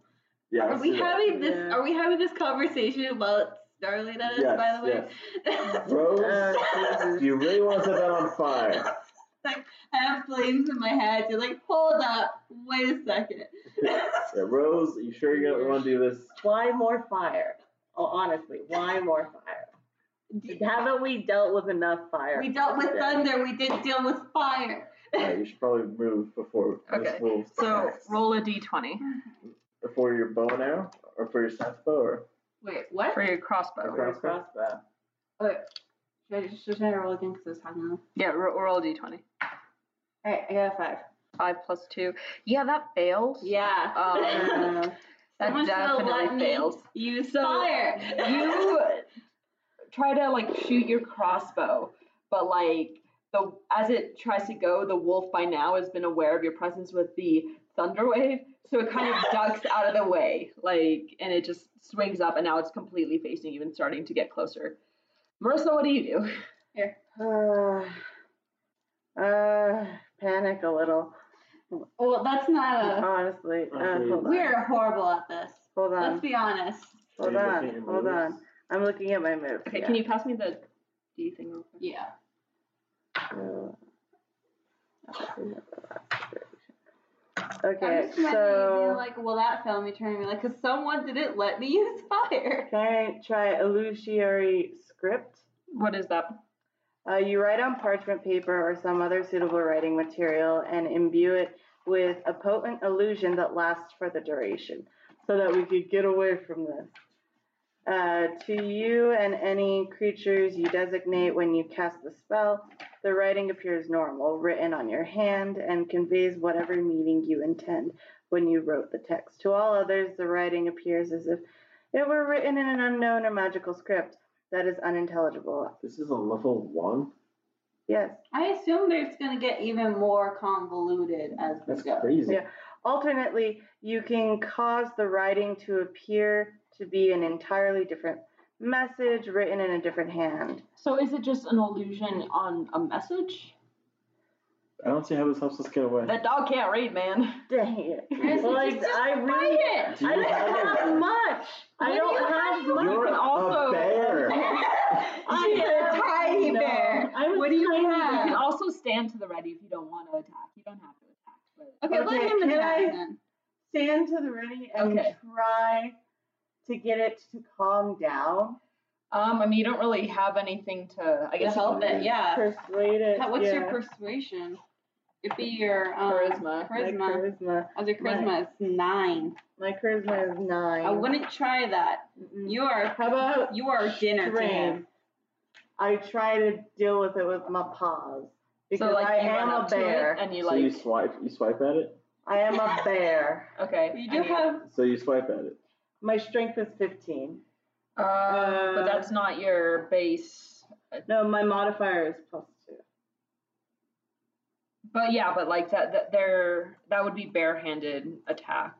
Speaker 3: Yeah. I
Speaker 4: Are we
Speaker 3: see that.
Speaker 4: having this?
Speaker 5: Yeah.
Speaker 4: Are we having this conversation while it's snarling at us?
Speaker 3: Yes,
Speaker 4: by the way,
Speaker 2: Uh,
Speaker 3: Rose,
Speaker 5: Oh, Jesus.
Speaker 3: do you really want to set that on fire?
Speaker 4: I have flames in my head. You're like, hold up, wait a second.
Speaker 3: Yeah, Rose, you sure you don't want to do this?
Speaker 5: Why more fire? Oh, honestly, why more fire? Haven't we dealt with enough fire?
Speaker 4: We dealt with
Speaker 5: today?
Speaker 4: thunder. We didn't deal with fire.
Speaker 3: All right, you should probably move before
Speaker 1: Okay,
Speaker 3: this wolf
Speaker 1: So
Speaker 3: attacks.
Speaker 1: roll a d20
Speaker 3: for your bow now, or for your staff bow, or
Speaker 4: Wait, what?
Speaker 1: for your
Speaker 3: or
Speaker 1: crossbow.
Speaker 5: Okay.
Speaker 3: crossbow?
Speaker 5: Crossbow.
Speaker 4: Should I, should I roll again? Because I was talking. All
Speaker 1: Yeah, ro- roll a d20.
Speaker 4: right, I got a five.
Speaker 1: Five plus two. Yeah, that fails.
Speaker 4: Yeah.
Speaker 1: Um, that
Speaker 4: Someone still let
Speaker 1: definitely
Speaker 4: me
Speaker 1: fails.
Speaker 4: Use
Speaker 1: So,
Speaker 4: fire.
Speaker 1: you try to like shoot your crossbow, but like the as it tries to go, the wolf by now has been aware of your presence with the thunder wave, so it kind of ducks out of the way, like, and it just swings up, and now it's completely facing you and starting to get closer. Marissa, what do you do?
Speaker 2: Uh, uh, panic a little,
Speaker 4: well, that's not a.
Speaker 2: honestly. Uh,
Speaker 3: Okay.
Speaker 2: hold on.
Speaker 4: We're horrible at this.
Speaker 2: Hold
Speaker 4: Let's
Speaker 2: on.
Speaker 4: be honest.
Speaker 3: Are
Speaker 2: Hold
Speaker 3: you
Speaker 2: on.
Speaker 3: looking at
Speaker 2: Hold
Speaker 3: moves?
Speaker 2: on. I'm looking at my moves.
Speaker 1: Okay,
Speaker 2: yeah.
Speaker 1: can you pass me the D thing real quick?
Speaker 4: Yeah. I'm
Speaker 2: Okay,
Speaker 4: just so...
Speaker 2: so
Speaker 4: being like, well, that film turned me like, because someone didn't let me use fire.
Speaker 2: can I try illusory script?
Speaker 1: What is that?
Speaker 2: Uh, you write on parchment paper or some other suitable writing material and imbue it with a potent illusion that lasts for the duration so that we could get away from this. Uh, to you and any creatures you designate when you cast the spell, the writing appears normal, written on your hand, and conveys whatever meaning you intend when you wrote the text. To all others, the writing appears as if it were written in an unknown or magical script that is unintelligible.
Speaker 3: This is a level one.
Speaker 2: Yes.
Speaker 4: I assume there's going to get even more convoluted as we
Speaker 3: That's
Speaker 4: go.
Speaker 3: crazy.
Speaker 2: Yeah. Alternately, you can cause the writing to appear to be an entirely different message written in a different hand.
Speaker 1: So is it just an illusion on a message?
Speaker 3: I don't see how this helps us get away.
Speaker 1: That dog can't read, man.
Speaker 2: Dang it.
Speaker 4: Yes,
Speaker 2: Well,
Speaker 4: it's
Speaker 2: like,
Speaker 4: just
Speaker 2: I
Speaker 4: Fight
Speaker 2: really
Speaker 4: it!
Speaker 3: Do
Speaker 2: I
Speaker 3: you
Speaker 2: don't
Speaker 3: have
Speaker 2: have much. I
Speaker 4: What do you
Speaker 2: don't have
Speaker 4: have?
Speaker 2: much.
Speaker 3: You're
Speaker 1: can also-
Speaker 3: a bear.
Speaker 2: I
Speaker 4: You're a
Speaker 2: have-
Speaker 4: tiny
Speaker 2: no,
Speaker 4: bear.
Speaker 2: I'm
Speaker 4: What
Speaker 2: a
Speaker 4: do you
Speaker 2: tiny
Speaker 4: have?
Speaker 1: You
Speaker 2: bear.
Speaker 1: can also stand to the ready if you don't want to attack. You don't have to attack. But...
Speaker 4: Okay, let
Speaker 2: Okay,
Speaker 4: him
Speaker 2: can
Speaker 4: attack
Speaker 2: I-
Speaker 4: then.
Speaker 2: Stand to the ready and
Speaker 1: Okay.
Speaker 2: try to get it to calm down.
Speaker 1: Um, I mean, you don't really have anything to, I
Speaker 4: To
Speaker 1: guess,
Speaker 4: help
Speaker 2: Uh,
Speaker 4: it, yeah.
Speaker 2: Persuade it.
Speaker 4: How- What's
Speaker 2: yeah.
Speaker 4: your persuasion? It'd be your um,
Speaker 1: Charisma.
Speaker 2: My
Speaker 4: Charisma.
Speaker 2: charisma.
Speaker 4: Oh, your charisma is nine.
Speaker 2: My charisma is nine.
Speaker 4: I wouldn't try that.
Speaker 2: Mm-mm.
Speaker 4: You are
Speaker 2: How about
Speaker 4: you are dinner to
Speaker 2: Strength.
Speaker 4: him.
Speaker 2: I try to deal with it with my paws because
Speaker 1: so, like,
Speaker 2: I
Speaker 1: you run
Speaker 2: am a
Speaker 1: up to it
Speaker 2: bear.
Speaker 1: and you,
Speaker 3: So
Speaker 1: like,
Speaker 3: you swipe, you swipe at it.
Speaker 2: I am a bear.
Speaker 1: okay.
Speaker 4: You
Speaker 1: I
Speaker 4: do
Speaker 1: mean,
Speaker 4: have
Speaker 3: So you swipe at it.
Speaker 2: My strength is 15.
Speaker 1: Uh, but that's not your base.
Speaker 2: No, my modifier is plus two.
Speaker 1: But yeah, but like that, that there, that would be barehanded attack.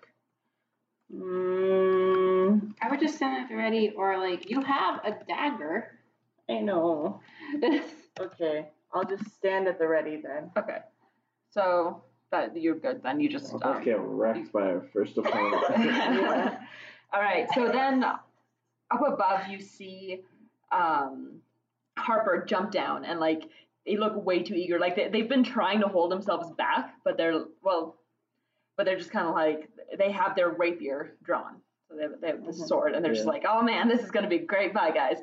Speaker 2: Mm,
Speaker 4: I would just stand at the ready, or like you have a dagger.
Speaker 2: I know.
Speaker 4: okay,
Speaker 2: Okay, I'll just stand at the ready then.
Speaker 1: Okay. So that you're good then. You just.
Speaker 3: I'll
Speaker 1: Um,
Speaker 3: both get wrecked by our first opponent.
Speaker 2: Yeah.
Speaker 1: All right. So then up above, you see um, Harper jump down and like they look way too eager. Like they, they've been trying to hold themselves back, but they're, well, but they're just kind of like, they have their rapier drawn. So they have, they have the
Speaker 2: Mhm.
Speaker 4: Mm-hmm.
Speaker 1: sword and they're just
Speaker 3: Yeah.
Speaker 1: like, oh man, this is going to be great. Bye, guys.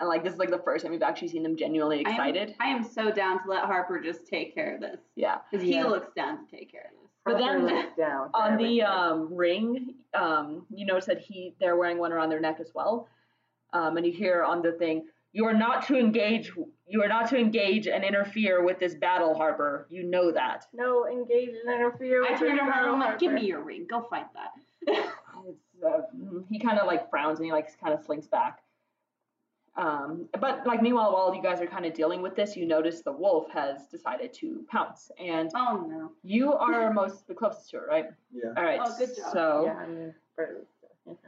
Speaker 1: And like this is like the first time we've actually seen them genuinely
Speaker 4: I am-
Speaker 1: excited.
Speaker 4: I am so down to let Harper just take care of this
Speaker 1: yeah.
Speaker 4: because
Speaker 2: Yeah.
Speaker 4: he looks down to take care of this.
Speaker 1: But then-
Speaker 2: Properly down for
Speaker 1: On the
Speaker 2: everything.
Speaker 1: um, ring, um, you notice that he they're wearing one around their neck as well, um, and you hear on the thing, "You are not to engage. You are not to engage and interfere with this battle, Harper. You know that."
Speaker 5: No, engage and interfere with
Speaker 4: I turned to
Speaker 5: your
Speaker 4: her and I'm like,
Speaker 5: Harper.
Speaker 4: "Give me your ring. Go fight that."
Speaker 1: It's, uh, he kind of like frowns and he like kind of slinks back. Um, but like meanwhile, while you guys are kind of dealing with this, you notice the wolf has decided to pounce, and
Speaker 4: Oh no.
Speaker 1: you are most the closest to it, right?
Speaker 3: Yeah.
Speaker 1: All right.
Speaker 4: Oh, good job.
Speaker 1: So
Speaker 5: Yeah, I'm first.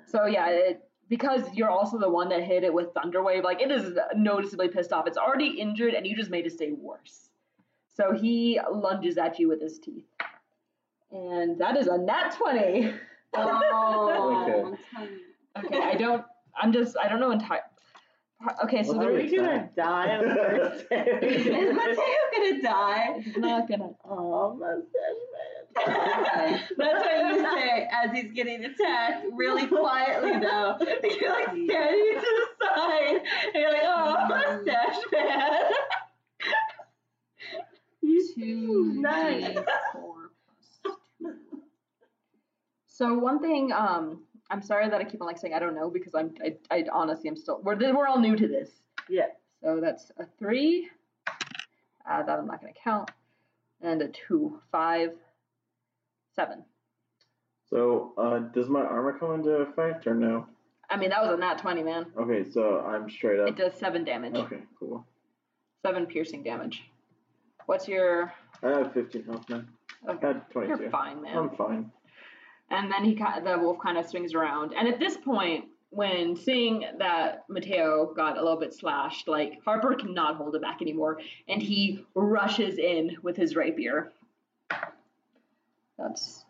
Speaker 1: So yeah, it, because you're also the one that hit it with Thunderwave, like it is noticeably pissed off. It's already injured, and you just made it stay worse. So he lunges at you with his teeth, and that is a nat twenty.
Speaker 4: Oh,
Speaker 3: Okay.
Speaker 4: I'm telling you.
Speaker 1: Okay, I don't. I'm just. I don't know entire. Okay, so
Speaker 3: Well,
Speaker 1: they're
Speaker 3: how
Speaker 5: Are we gonna die on the first
Speaker 4: Is Mateo
Speaker 5: day?
Speaker 4: gonna die?
Speaker 1: not gonna.
Speaker 5: oh, mustache man.
Speaker 4: That's what you say as he's getting attacked, really quietly though. You're like standing to the side, and you're like, "Oh, mustache man."
Speaker 1: two
Speaker 5: Nice.
Speaker 1: d four plus two. So one thing, um, I'm sorry that I keep on like saying I don't know because I'm I, I honestly I'm still we're we're all new to this.
Speaker 5: Yeah.
Speaker 1: So that's a three. Uh, that I'm not gonna count, and a two, five, seven.
Speaker 3: So, uh, does my armor come into effect or no?
Speaker 1: I mean that was a nat twenty, man.
Speaker 3: Okay, so I'm straight
Speaker 1: It
Speaker 3: up.
Speaker 1: does seven damage,
Speaker 3: Okay, cool.
Speaker 1: seven piercing damage. What's your?
Speaker 3: I have 15 health now. I've
Speaker 1: Okay.
Speaker 3: had 22.
Speaker 1: You're fine, man.
Speaker 3: I'm fine.
Speaker 1: And then he ki- the wolf kind of swings around. And at this point, when seeing that Mateo got a little bit slashed, like Harper cannot hold it back anymore, and he rushes in with his rapier. That's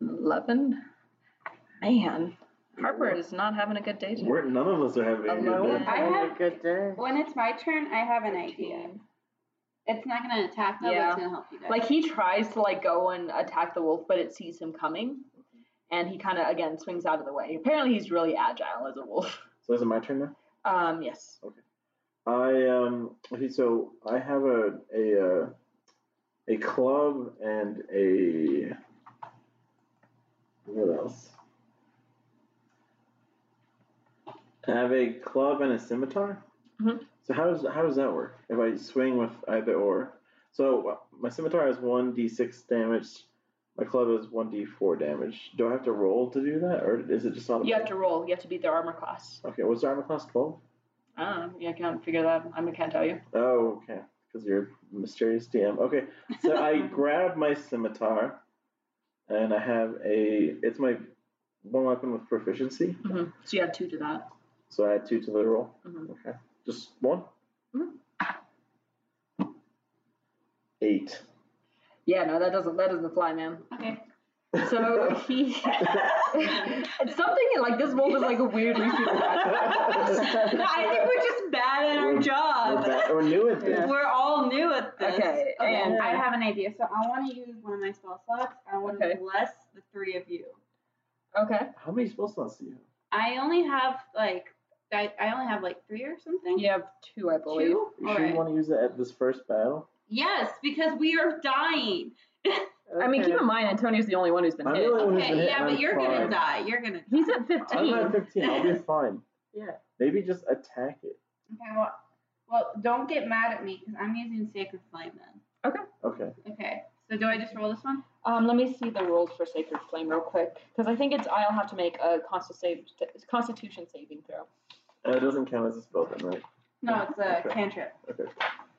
Speaker 1: an eleven. Man, Harper is not having a good day today.
Speaker 3: We're, none of us are having a good
Speaker 1: Alone.
Speaker 3: day.
Speaker 4: I
Speaker 5: Have a
Speaker 4: have-
Speaker 5: good day.
Speaker 4: When it's my turn, I have an idea. It's not gonna attack though, but
Speaker 1: Yeah.
Speaker 4: it's gonna help you guys.
Speaker 1: Like he tries to like go and attack the wolf, but it sees him coming, and he kind of again swings out of the way. Apparently, he's really agile as a wolf.
Speaker 3: So, is it my turn now?
Speaker 1: Um, yes.
Speaker 3: I um okay, so I have a a uh, a club and a what else? I have a club and a scimitar.
Speaker 1: Mhm.
Speaker 3: So how does how does that work? If I swing with either or, so uh, my scimitar is one d six damage. My club is one d four damage. Do I have to roll to do that, or is it just automatic?
Speaker 1: You have to roll. You have to beat their armor class.
Speaker 3: Okay, what's the armor class? Twelve.
Speaker 1: I don't know. Yeah, I can't figure that. I can't tell you.
Speaker 3: Oh, okay. Because you're a mysterious DM. Okay, so I grab my scimitar, and I have a. It's my one weapon with proficiency,
Speaker 1: So you have two to that.
Speaker 3: so I add two to the roll.
Speaker 1: Mhm.
Speaker 3: Okay, just one.
Speaker 1: Mhm.
Speaker 3: Eight.
Speaker 1: Yeah, no, that doesn't that doesn't fly, man.
Speaker 4: okay.
Speaker 1: So he, it's something like this wolf is like a weirdly super
Speaker 4: I think we're just bad at
Speaker 3: We're-
Speaker 4: our job.
Speaker 1: uh,
Speaker 3: we're, ba- we're new at this.
Speaker 4: We're all new at this.
Speaker 1: Okay,
Speaker 5: and-
Speaker 4: I have an idea. So I want to use one of my spell slots. I want
Speaker 1: Okay.
Speaker 4: to bless the three of you.
Speaker 1: okay.
Speaker 3: How many spell slots do you have?
Speaker 4: I only have like I, I only have like three or something.
Speaker 1: You have two, I believe.
Speaker 4: Two.
Speaker 3: You
Speaker 4: All
Speaker 3: sure
Speaker 4: right.
Speaker 3: you want to use it at this first battle?
Speaker 4: Yes, because we are dying.
Speaker 1: I mean, keep
Speaker 5: Okay.
Speaker 1: in mind Antonio's the only one who's been
Speaker 3: I'm
Speaker 1: hit.
Speaker 3: the only one who's been
Speaker 4: Okay.
Speaker 3: hit.
Speaker 4: Yeah,
Speaker 3: and
Speaker 4: but
Speaker 3: I'm
Speaker 4: you're
Speaker 3: fine.
Speaker 4: gonna die. You're gonna. Die.
Speaker 1: He's at
Speaker 3: I'm
Speaker 1: fifteen.
Speaker 3: at 15. I'll be fine.
Speaker 5: Yeah.
Speaker 3: Maybe just attack it.
Speaker 4: Okay. Well, well, don't get mad at me because I'm using sacred flame then.
Speaker 3: Okay.
Speaker 4: Okay. So do I just roll this one?
Speaker 1: Um, let me see the rules for Sacred Flame real quick because I think it's I'll have to make a consti- save, Constitution saving throw,
Speaker 3: And it doesn't count as a spell then, right?
Speaker 4: No, it's a
Speaker 3: Okay.
Speaker 4: cantrip.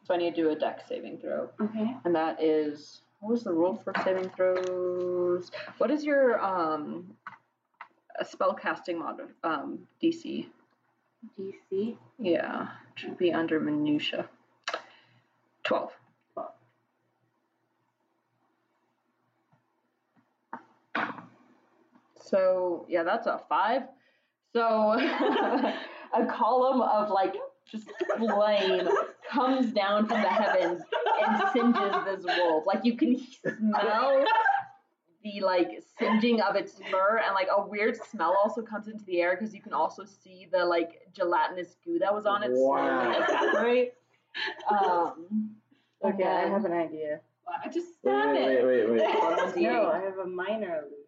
Speaker 1: so I need to do a Dex saving throw.
Speaker 4: Okay.
Speaker 1: and that is what was the rule for saving throws? What is your um a spell casting mod um DC?
Speaker 4: DC.
Speaker 1: Yeah, it should be under minutia. Twelve. So yeah, that's a five. So a column of like just flame comes down from the heavens and singes this wolf. Like you can smell the like singeing of its fur and like a weird smell also comes into the air because you can also see the like gelatinous goo that was on it slowly
Speaker 3: Wow.
Speaker 1: evaporate. Um,
Speaker 2: Okay, I
Speaker 1: Okay.
Speaker 2: have an idea.
Speaker 4: Wow, Just
Speaker 3: Wait,
Speaker 4: stop
Speaker 3: wait,
Speaker 4: it.
Speaker 3: wait, wait, wait.
Speaker 5: No, I have a minor illusion.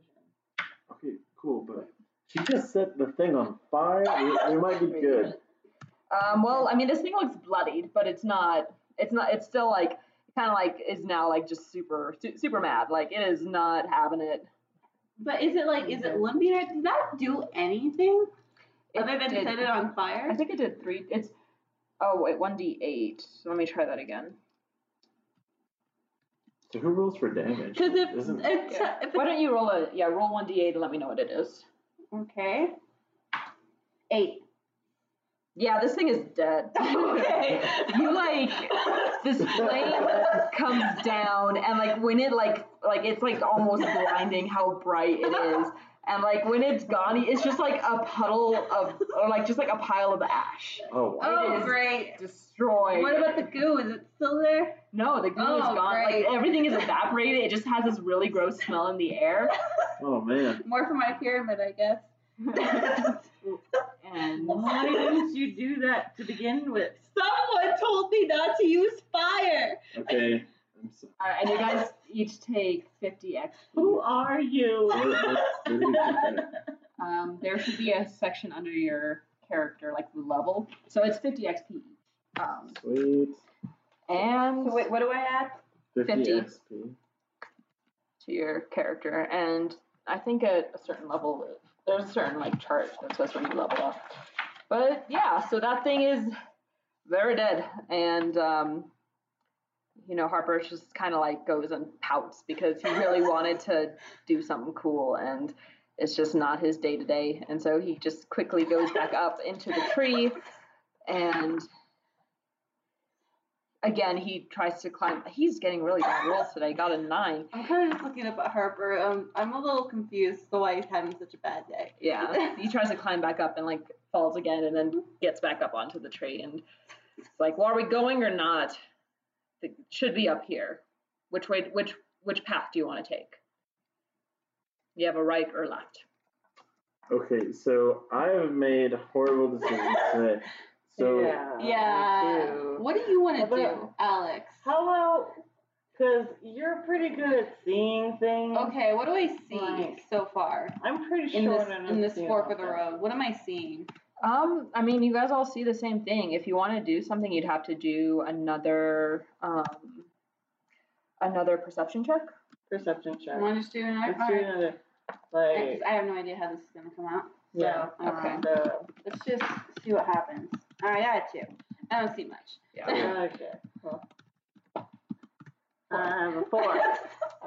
Speaker 3: Okay, cool, but she just set the thing on fire. We, we might be good.
Speaker 1: um, well, I mean, this thing looks bloodied, but it's not. It's not. It's still like kind of like is now like just super su- super mad. Like it is not having it.
Speaker 4: But is it like, is it limpy? or- Does that do anything
Speaker 1: It
Speaker 4: other than
Speaker 1: did-
Speaker 4: set it on
Speaker 1: I
Speaker 4: fire?
Speaker 1: think it did three. It's oh wait, one d eight. Let me try that again.
Speaker 3: So who rules for damage?
Speaker 4: Because if,
Speaker 3: Isn't-
Speaker 4: if,
Speaker 1: Yeah.
Speaker 4: if
Speaker 1: Why don't you roll a yeah? Roll one d eight and let me know what it is.
Speaker 4: okay, eight.
Speaker 1: Yeah, this thing is dead.
Speaker 4: okay.
Speaker 1: you like this flame comes down and like when it like like it's like almost blinding how bright it is and like when it's gone it's just like a puddle of or like just like a pile of ash
Speaker 3: oh, wow.
Speaker 4: Oh,
Speaker 1: is
Speaker 4: great.
Speaker 1: destroyed
Speaker 4: What about the goo? Is it still there?
Speaker 1: no the goo is
Speaker 4: Oh,
Speaker 1: gone
Speaker 4: great.
Speaker 1: like everything is evaporated it just has this really gross smell in the air
Speaker 3: oh man.
Speaker 4: More for my pyramid, I guess.
Speaker 1: and
Speaker 5: Why didn't you do that to begin with?
Speaker 4: Someone told me not to use fire.
Speaker 3: Okay. I'm so,
Speaker 1: all right, Uh, and you guys each take 50
Speaker 5: Who
Speaker 1: XP.
Speaker 5: are you?
Speaker 3: where, where, where do we put that?
Speaker 1: Um, there should be a section under your character, like level. So it's 50 XP each. Um,
Speaker 3: Sweet.
Speaker 1: and
Speaker 5: So wait, what do I add?
Speaker 3: 50,
Speaker 1: 50.
Speaker 3: XP.
Speaker 1: to your character and i think at a certain level there's a certain like chart that says when you level up but yeah so that thing is very dead and um you know harper just kind of like goes and pouts because he really wanted to do something cool and it's just not his day to day and so he just quickly goes back up into the tree and again he tries to climb he's getting really bad rolls today got a nine
Speaker 4: I'm kind of just looking up at Harper. Um, I'm a little confused as to why he's having such a bad day.
Speaker 1: Yeah. He tries to climb back up and like falls again and then gets back up onto the tree and it's like, well, are we going or not? It should be up here. Which way which which path do you want to take? You have a right or left.
Speaker 3: Okay, so I have made horrible decisions today. So
Speaker 5: yeah.
Speaker 4: yeah.
Speaker 5: me too.
Speaker 4: What do you want to
Speaker 5: How about-
Speaker 4: do, Alex?
Speaker 5: How about? Because you're pretty good at seeing things.
Speaker 2: Mm-hmm.
Speaker 4: Okay, what do I see
Speaker 5: Right.
Speaker 4: so far
Speaker 5: I'm pretty
Speaker 4: in
Speaker 5: sure
Speaker 4: this
Speaker 5: I know
Speaker 4: in this
Speaker 5: seeing
Speaker 4: fork
Speaker 5: all
Speaker 4: of the
Speaker 5: that.
Speaker 4: road? What am I seeing?
Speaker 1: Um, I mean you guys all see the same thing. If you want to do something, you'd have to do another um another perception check.
Speaker 5: Perception check.
Speaker 4: You want to just do an
Speaker 5: Let's
Speaker 4: all
Speaker 5: do
Speaker 4: right.
Speaker 5: another.
Speaker 4: I
Speaker 5: Like,
Speaker 4: just- I have no idea how this is gonna come out.
Speaker 1: Yeah.
Speaker 4: So, um,
Speaker 1: Okay.
Speaker 5: so,
Speaker 4: Let's just see what happens. All right, I had two. I don't see much.
Speaker 5: okay. Cool. I have a four. Um,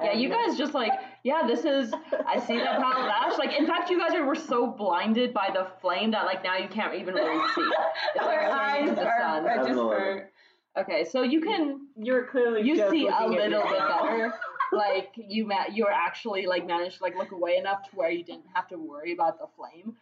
Speaker 1: Yeah, you guys just like, yeah, this is. I see that pile of ash. Like, in fact, you guys are, were so blinded by the flame that like now you can't even really see. It's like
Speaker 4: Our
Speaker 1: staring
Speaker 4: eyes
Speaker 1: into the
Speaker 4: are,
Speaker 1: sun.
Speaker 4: are just
Speaker 3: I'm eleven.
Speaker 4: hurt.
Speaker 1: Okay, so you can
Speaker 5: You're clearly
Speaker 1: you
Speaker 5: just
Speaker 1: see a
Speaker 5: looking at
Speaker 1: little
Speaker 5: me
Speaker 1: bit
Speaker 5: now.
Speaker 1: better. Like you ma- you were actually like managed to like look away enough to where you didn't have to worry about the flame.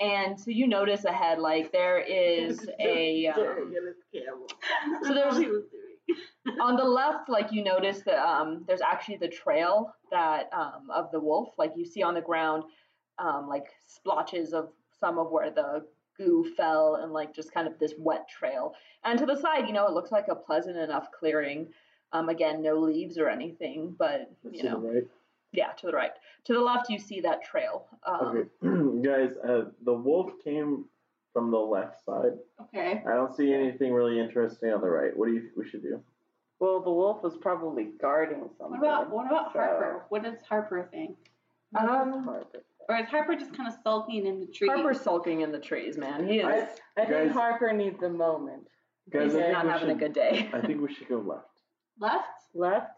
Speaker 1: And so you notice ahead, like there is a um,
Speaker 5: Staring at his camera.
Speaker 1: so there's
Speaker 5: He was doing.
Speaker 1: on the left, like you notice that um, there's actually the trail that um, of the wolf. Like you see on the ground, um, like splotches of some of where the goo fell, and like just kind of this wet trail. And to the side, you know, it looks like a pleasant enough clearing. Um, again, no leaves or anything, but
Speaker 3: Let's
Speaker 1: you
Speaker 3: see the
Speaker 1: know,
Speaker 3: right.
Speaker 1: yeah, to the right, to the left, you see that trail. Um,
Speaker 3: Okay, guys, uh, the wolf came from the left side.
Speaker 4: Okay.
Speaker 3: I don't see anything really interesting on the right. What do you think we should do?
Speaker 5: Well, the wolf was probably guarding something.
Speaker 4: What about what about
Speaker 5: So-
Speaker 4: Harper? What does Harper think?
Speaker 1: um,
Speaker 4: Or is Harper just kind of sulking in the tree?
Speaker 1: Harper's sulking in the trees, man. He
Speaker 3: I-
Speaker 1: is
Speaker 5: I think
Speaker 3: Guys-
Speaker 5: Harper needs a moment.
Speaker 3: Guys,
Speaker 1: he's
Speaker 3: I think
Speaker 1: not
Speaker 3: we
Speaker 1: having a
Speaker 3: should-
Speaker 1: good day.
Speaker 3: I think we should go left.
Speaker 4: left.
Speaker 5: Left.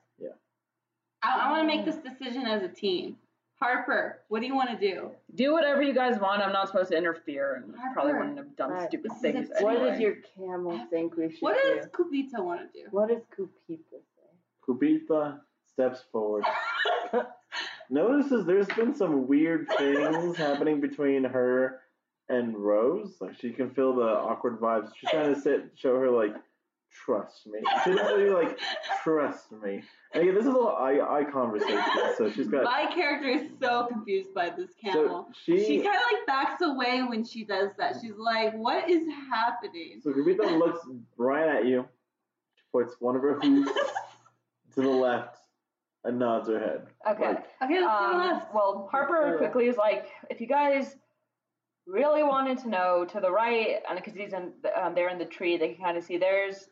Speaker 4: I, I want to make this decision as a team. Harper, what do you want to do?
Speaker 1: do whatever you guys want. I'm not supposed to interfere, and
Speaker 4: Harper,
Speaker 1: probably wouldn't have done
Speaker 5: Right.
Speaker 1: stupid
Speaker 4: This is
Speaker 1: things.
Speaker 4: a-
Speaker 5: What
Speaker 1: anyway.
Speaker 5: does your camel think we should
Speaker 4: What does
Speaker 5: do?
Speaker 4: Kupita want to do?
Speaker 5: What does Kupita say?
Speaker 3: Kubitha steps forward. Notices there's been some weird things happening between her and Rose. Like she can feel the awkward vibes. She's trying to sit, show her like Trust me. She's literally like, trust me. And again, this is a little eye eye conversation, so she's got.
Speaker 4: My character is so confused by this
Speaker 3: So
Speaker 4: camel.
Speaker 3: she.
Speaker 4: she kind of like backs away when she does that. She's like, "What is happening?"
Speaker 3: so Gavita looks right at you. She points one of her hooves to the left and nods her head.
Speaker 1: Okay.
Speaker 3: Like,
Speaker 4: Okay, let's go
Speaker 1: Um,
Speaker 4: left.
Speaker 1: well, Harper
Speaker 3: Yeah.
Speaker 1: quickly is like, if you guys really wanted to know, to the right, and because he's in, um, they're in the tree, they can kind of see there's.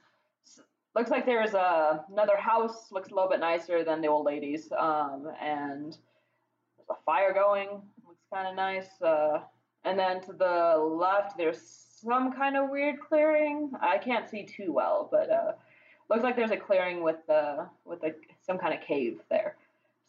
Speaker 1: s- Looks like there's a, another house. Looks a little bit nicer than the old ladies. Um, and there's a fire going. Looks kind of nice. Uh, and then to the left, there's some kind of weird clearing. I can't see too well, but uh, looks like there's a clearing with uh, with a, some kind of cave there.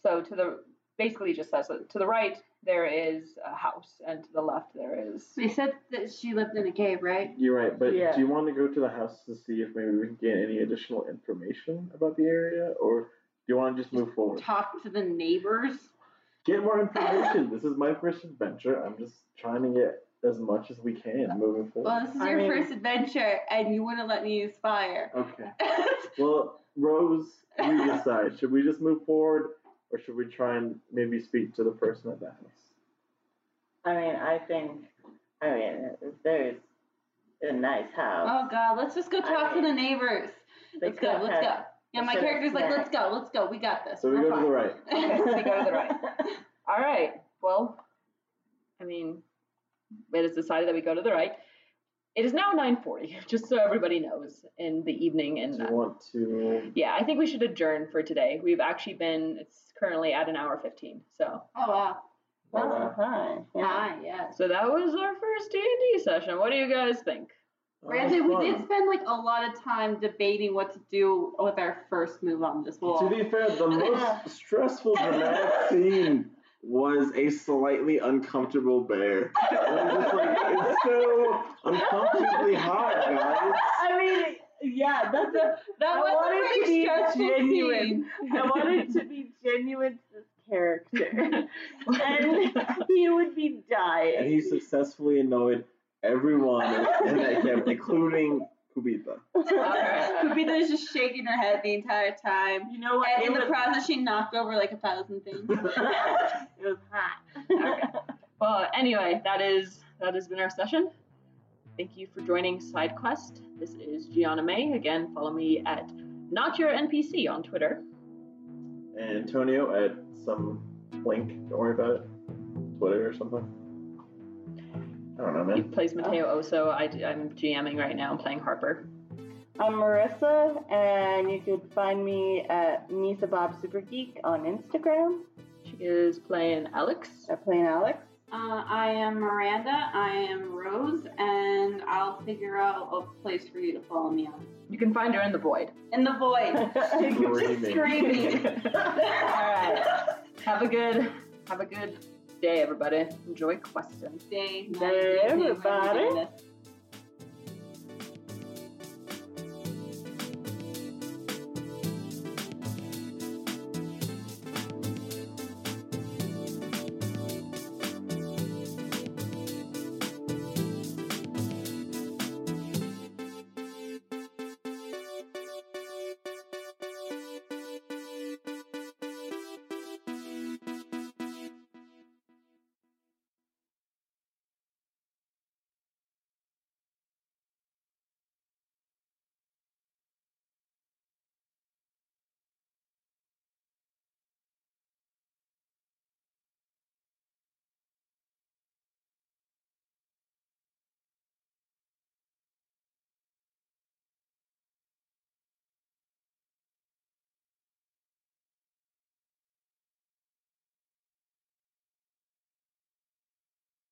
Speaker 1: So to the basically just says that to the right there is a house and to the left there is
Speaker 4: they said that she lived in a cave, right?
Speaker 3: You're right, but
Speaker 2: Yeah.
Speaker 3: do you want to go to the house to see if maybe we can get any additional information about the area, or do you want to just move forward?
Speaker 4: Talk to the neighbors.
Speaker 3: Get more information. this is my first adventure. I'm just trying to get as much as we can moving forward.
Speaker 4: Well, this is
Speaker 2: I
Speaker 4: your
Speaker 2: mean-
Speaker 4: first adventure, and you wouldn't let me use fire.
Speaker 3: Okay. Well, Rose, you decide. Should we just move forward, or should we try and maybe speak to the person at the house?
Speaker 5: I mean, I think, I mean, there's a nice house.
Speaker 1: Um,
Speaker 4: oh God, let's just go talk to the neighbors. Let's go. Let's go. Yeah, my
Speaker 5: Instead of
Speaker 4: character's like,
Speaker 5: snack.
Speaker 4: "Let's go. Let's go. We got this."
Speaker 3: So we
Speaker 4: We're
Speaker 3: go to the right.
Speaker 4: fine."
Speaker 1: we go to the right all right well i mean it is decided that we go to the right it is now 9.40 just so everybody knows in the evening
Speaker 3: Do
Speaker 1: and uh,
Speaker 3: you want to? uh,
Speaker 1: yeah i think we should adjourn for today we've actually been it's currently at an hour 15 so
Speaker 4: oh wow.
Speaker 5: Oh, hi. Yeah.
Speaker 4: Hi. Yes.
Speaker 1: so that was our first d&d session what do you guys think
Speaker 4: Granted, we did
Speaker 3: Oh, Fun.
Speaker 4: spend like a lot of time debating what to do with our first move on this wall.
Speaker 3: To be fair, the most stressful dramatic scene was a slightly uncomfortable bear. And I'm just like, it's so uncomfortably hot, guys.
Speaker 5: I mean, yeah, that's a.
Speaker 4: that
Speaker 5: I
Speaker 4: was
Speaker 5: wanted
Speaker 4: a
Speaker 5: to
Speaker 4: very
Speaker 5: be
Speaker 4: stressful
Speaker 5: genuine.
Speaker 4: scene.
Speaker 5: I wanted to be genuine to this character, and he would be
Speaker 3: And
Speaker 5: dying.
Speaker 3: he successfully annoyed everyone in that camp, including Kubita.
Speaker 1: right.
Speaker 4: Pupita was just shaking her head the entire time.
Speaker 5: You know what?
Speaker 4: And
Speaker 5: It
Speaker 4: in the
Speaker 5: was-
Speaker 4: process, she knocked over like a thousand things.
Speaker 5: it was hot.
Speaker 1: Well, anyway, that is that has been our session. Thank you for joining SideQuest. This is Gianna May. Again, follow me at not your NPC on Twitter.
Speaker 3: And Antonio at some link, don't worry about it, Twitter or something. I don't know,
Speaker 1: He
Speaker 3: man.
Speaker 1: plays Mateo Oso. I, am GMing right now. I'm playing Harper.
Speaker 5: I'm Marissa, and you could find me at Misa Bob Super Geek on Instagram.
Speaker 1: She is playing Alex.
Speaker 5: At Plain Alex.
Speaker 4: Uh, I am Miranda. I am Rose, and I'll figure out a place for you to follow me on.
Speaker 1: You can find her in the void.
Speaker 4: In the void, just screaming.
Speaker 1: All right. Have a good have a good day, everybody. Enjoy questing.
Speaker 4: Day,
Speaker 5: Day, everybody.
Speaker 4: Wednesday.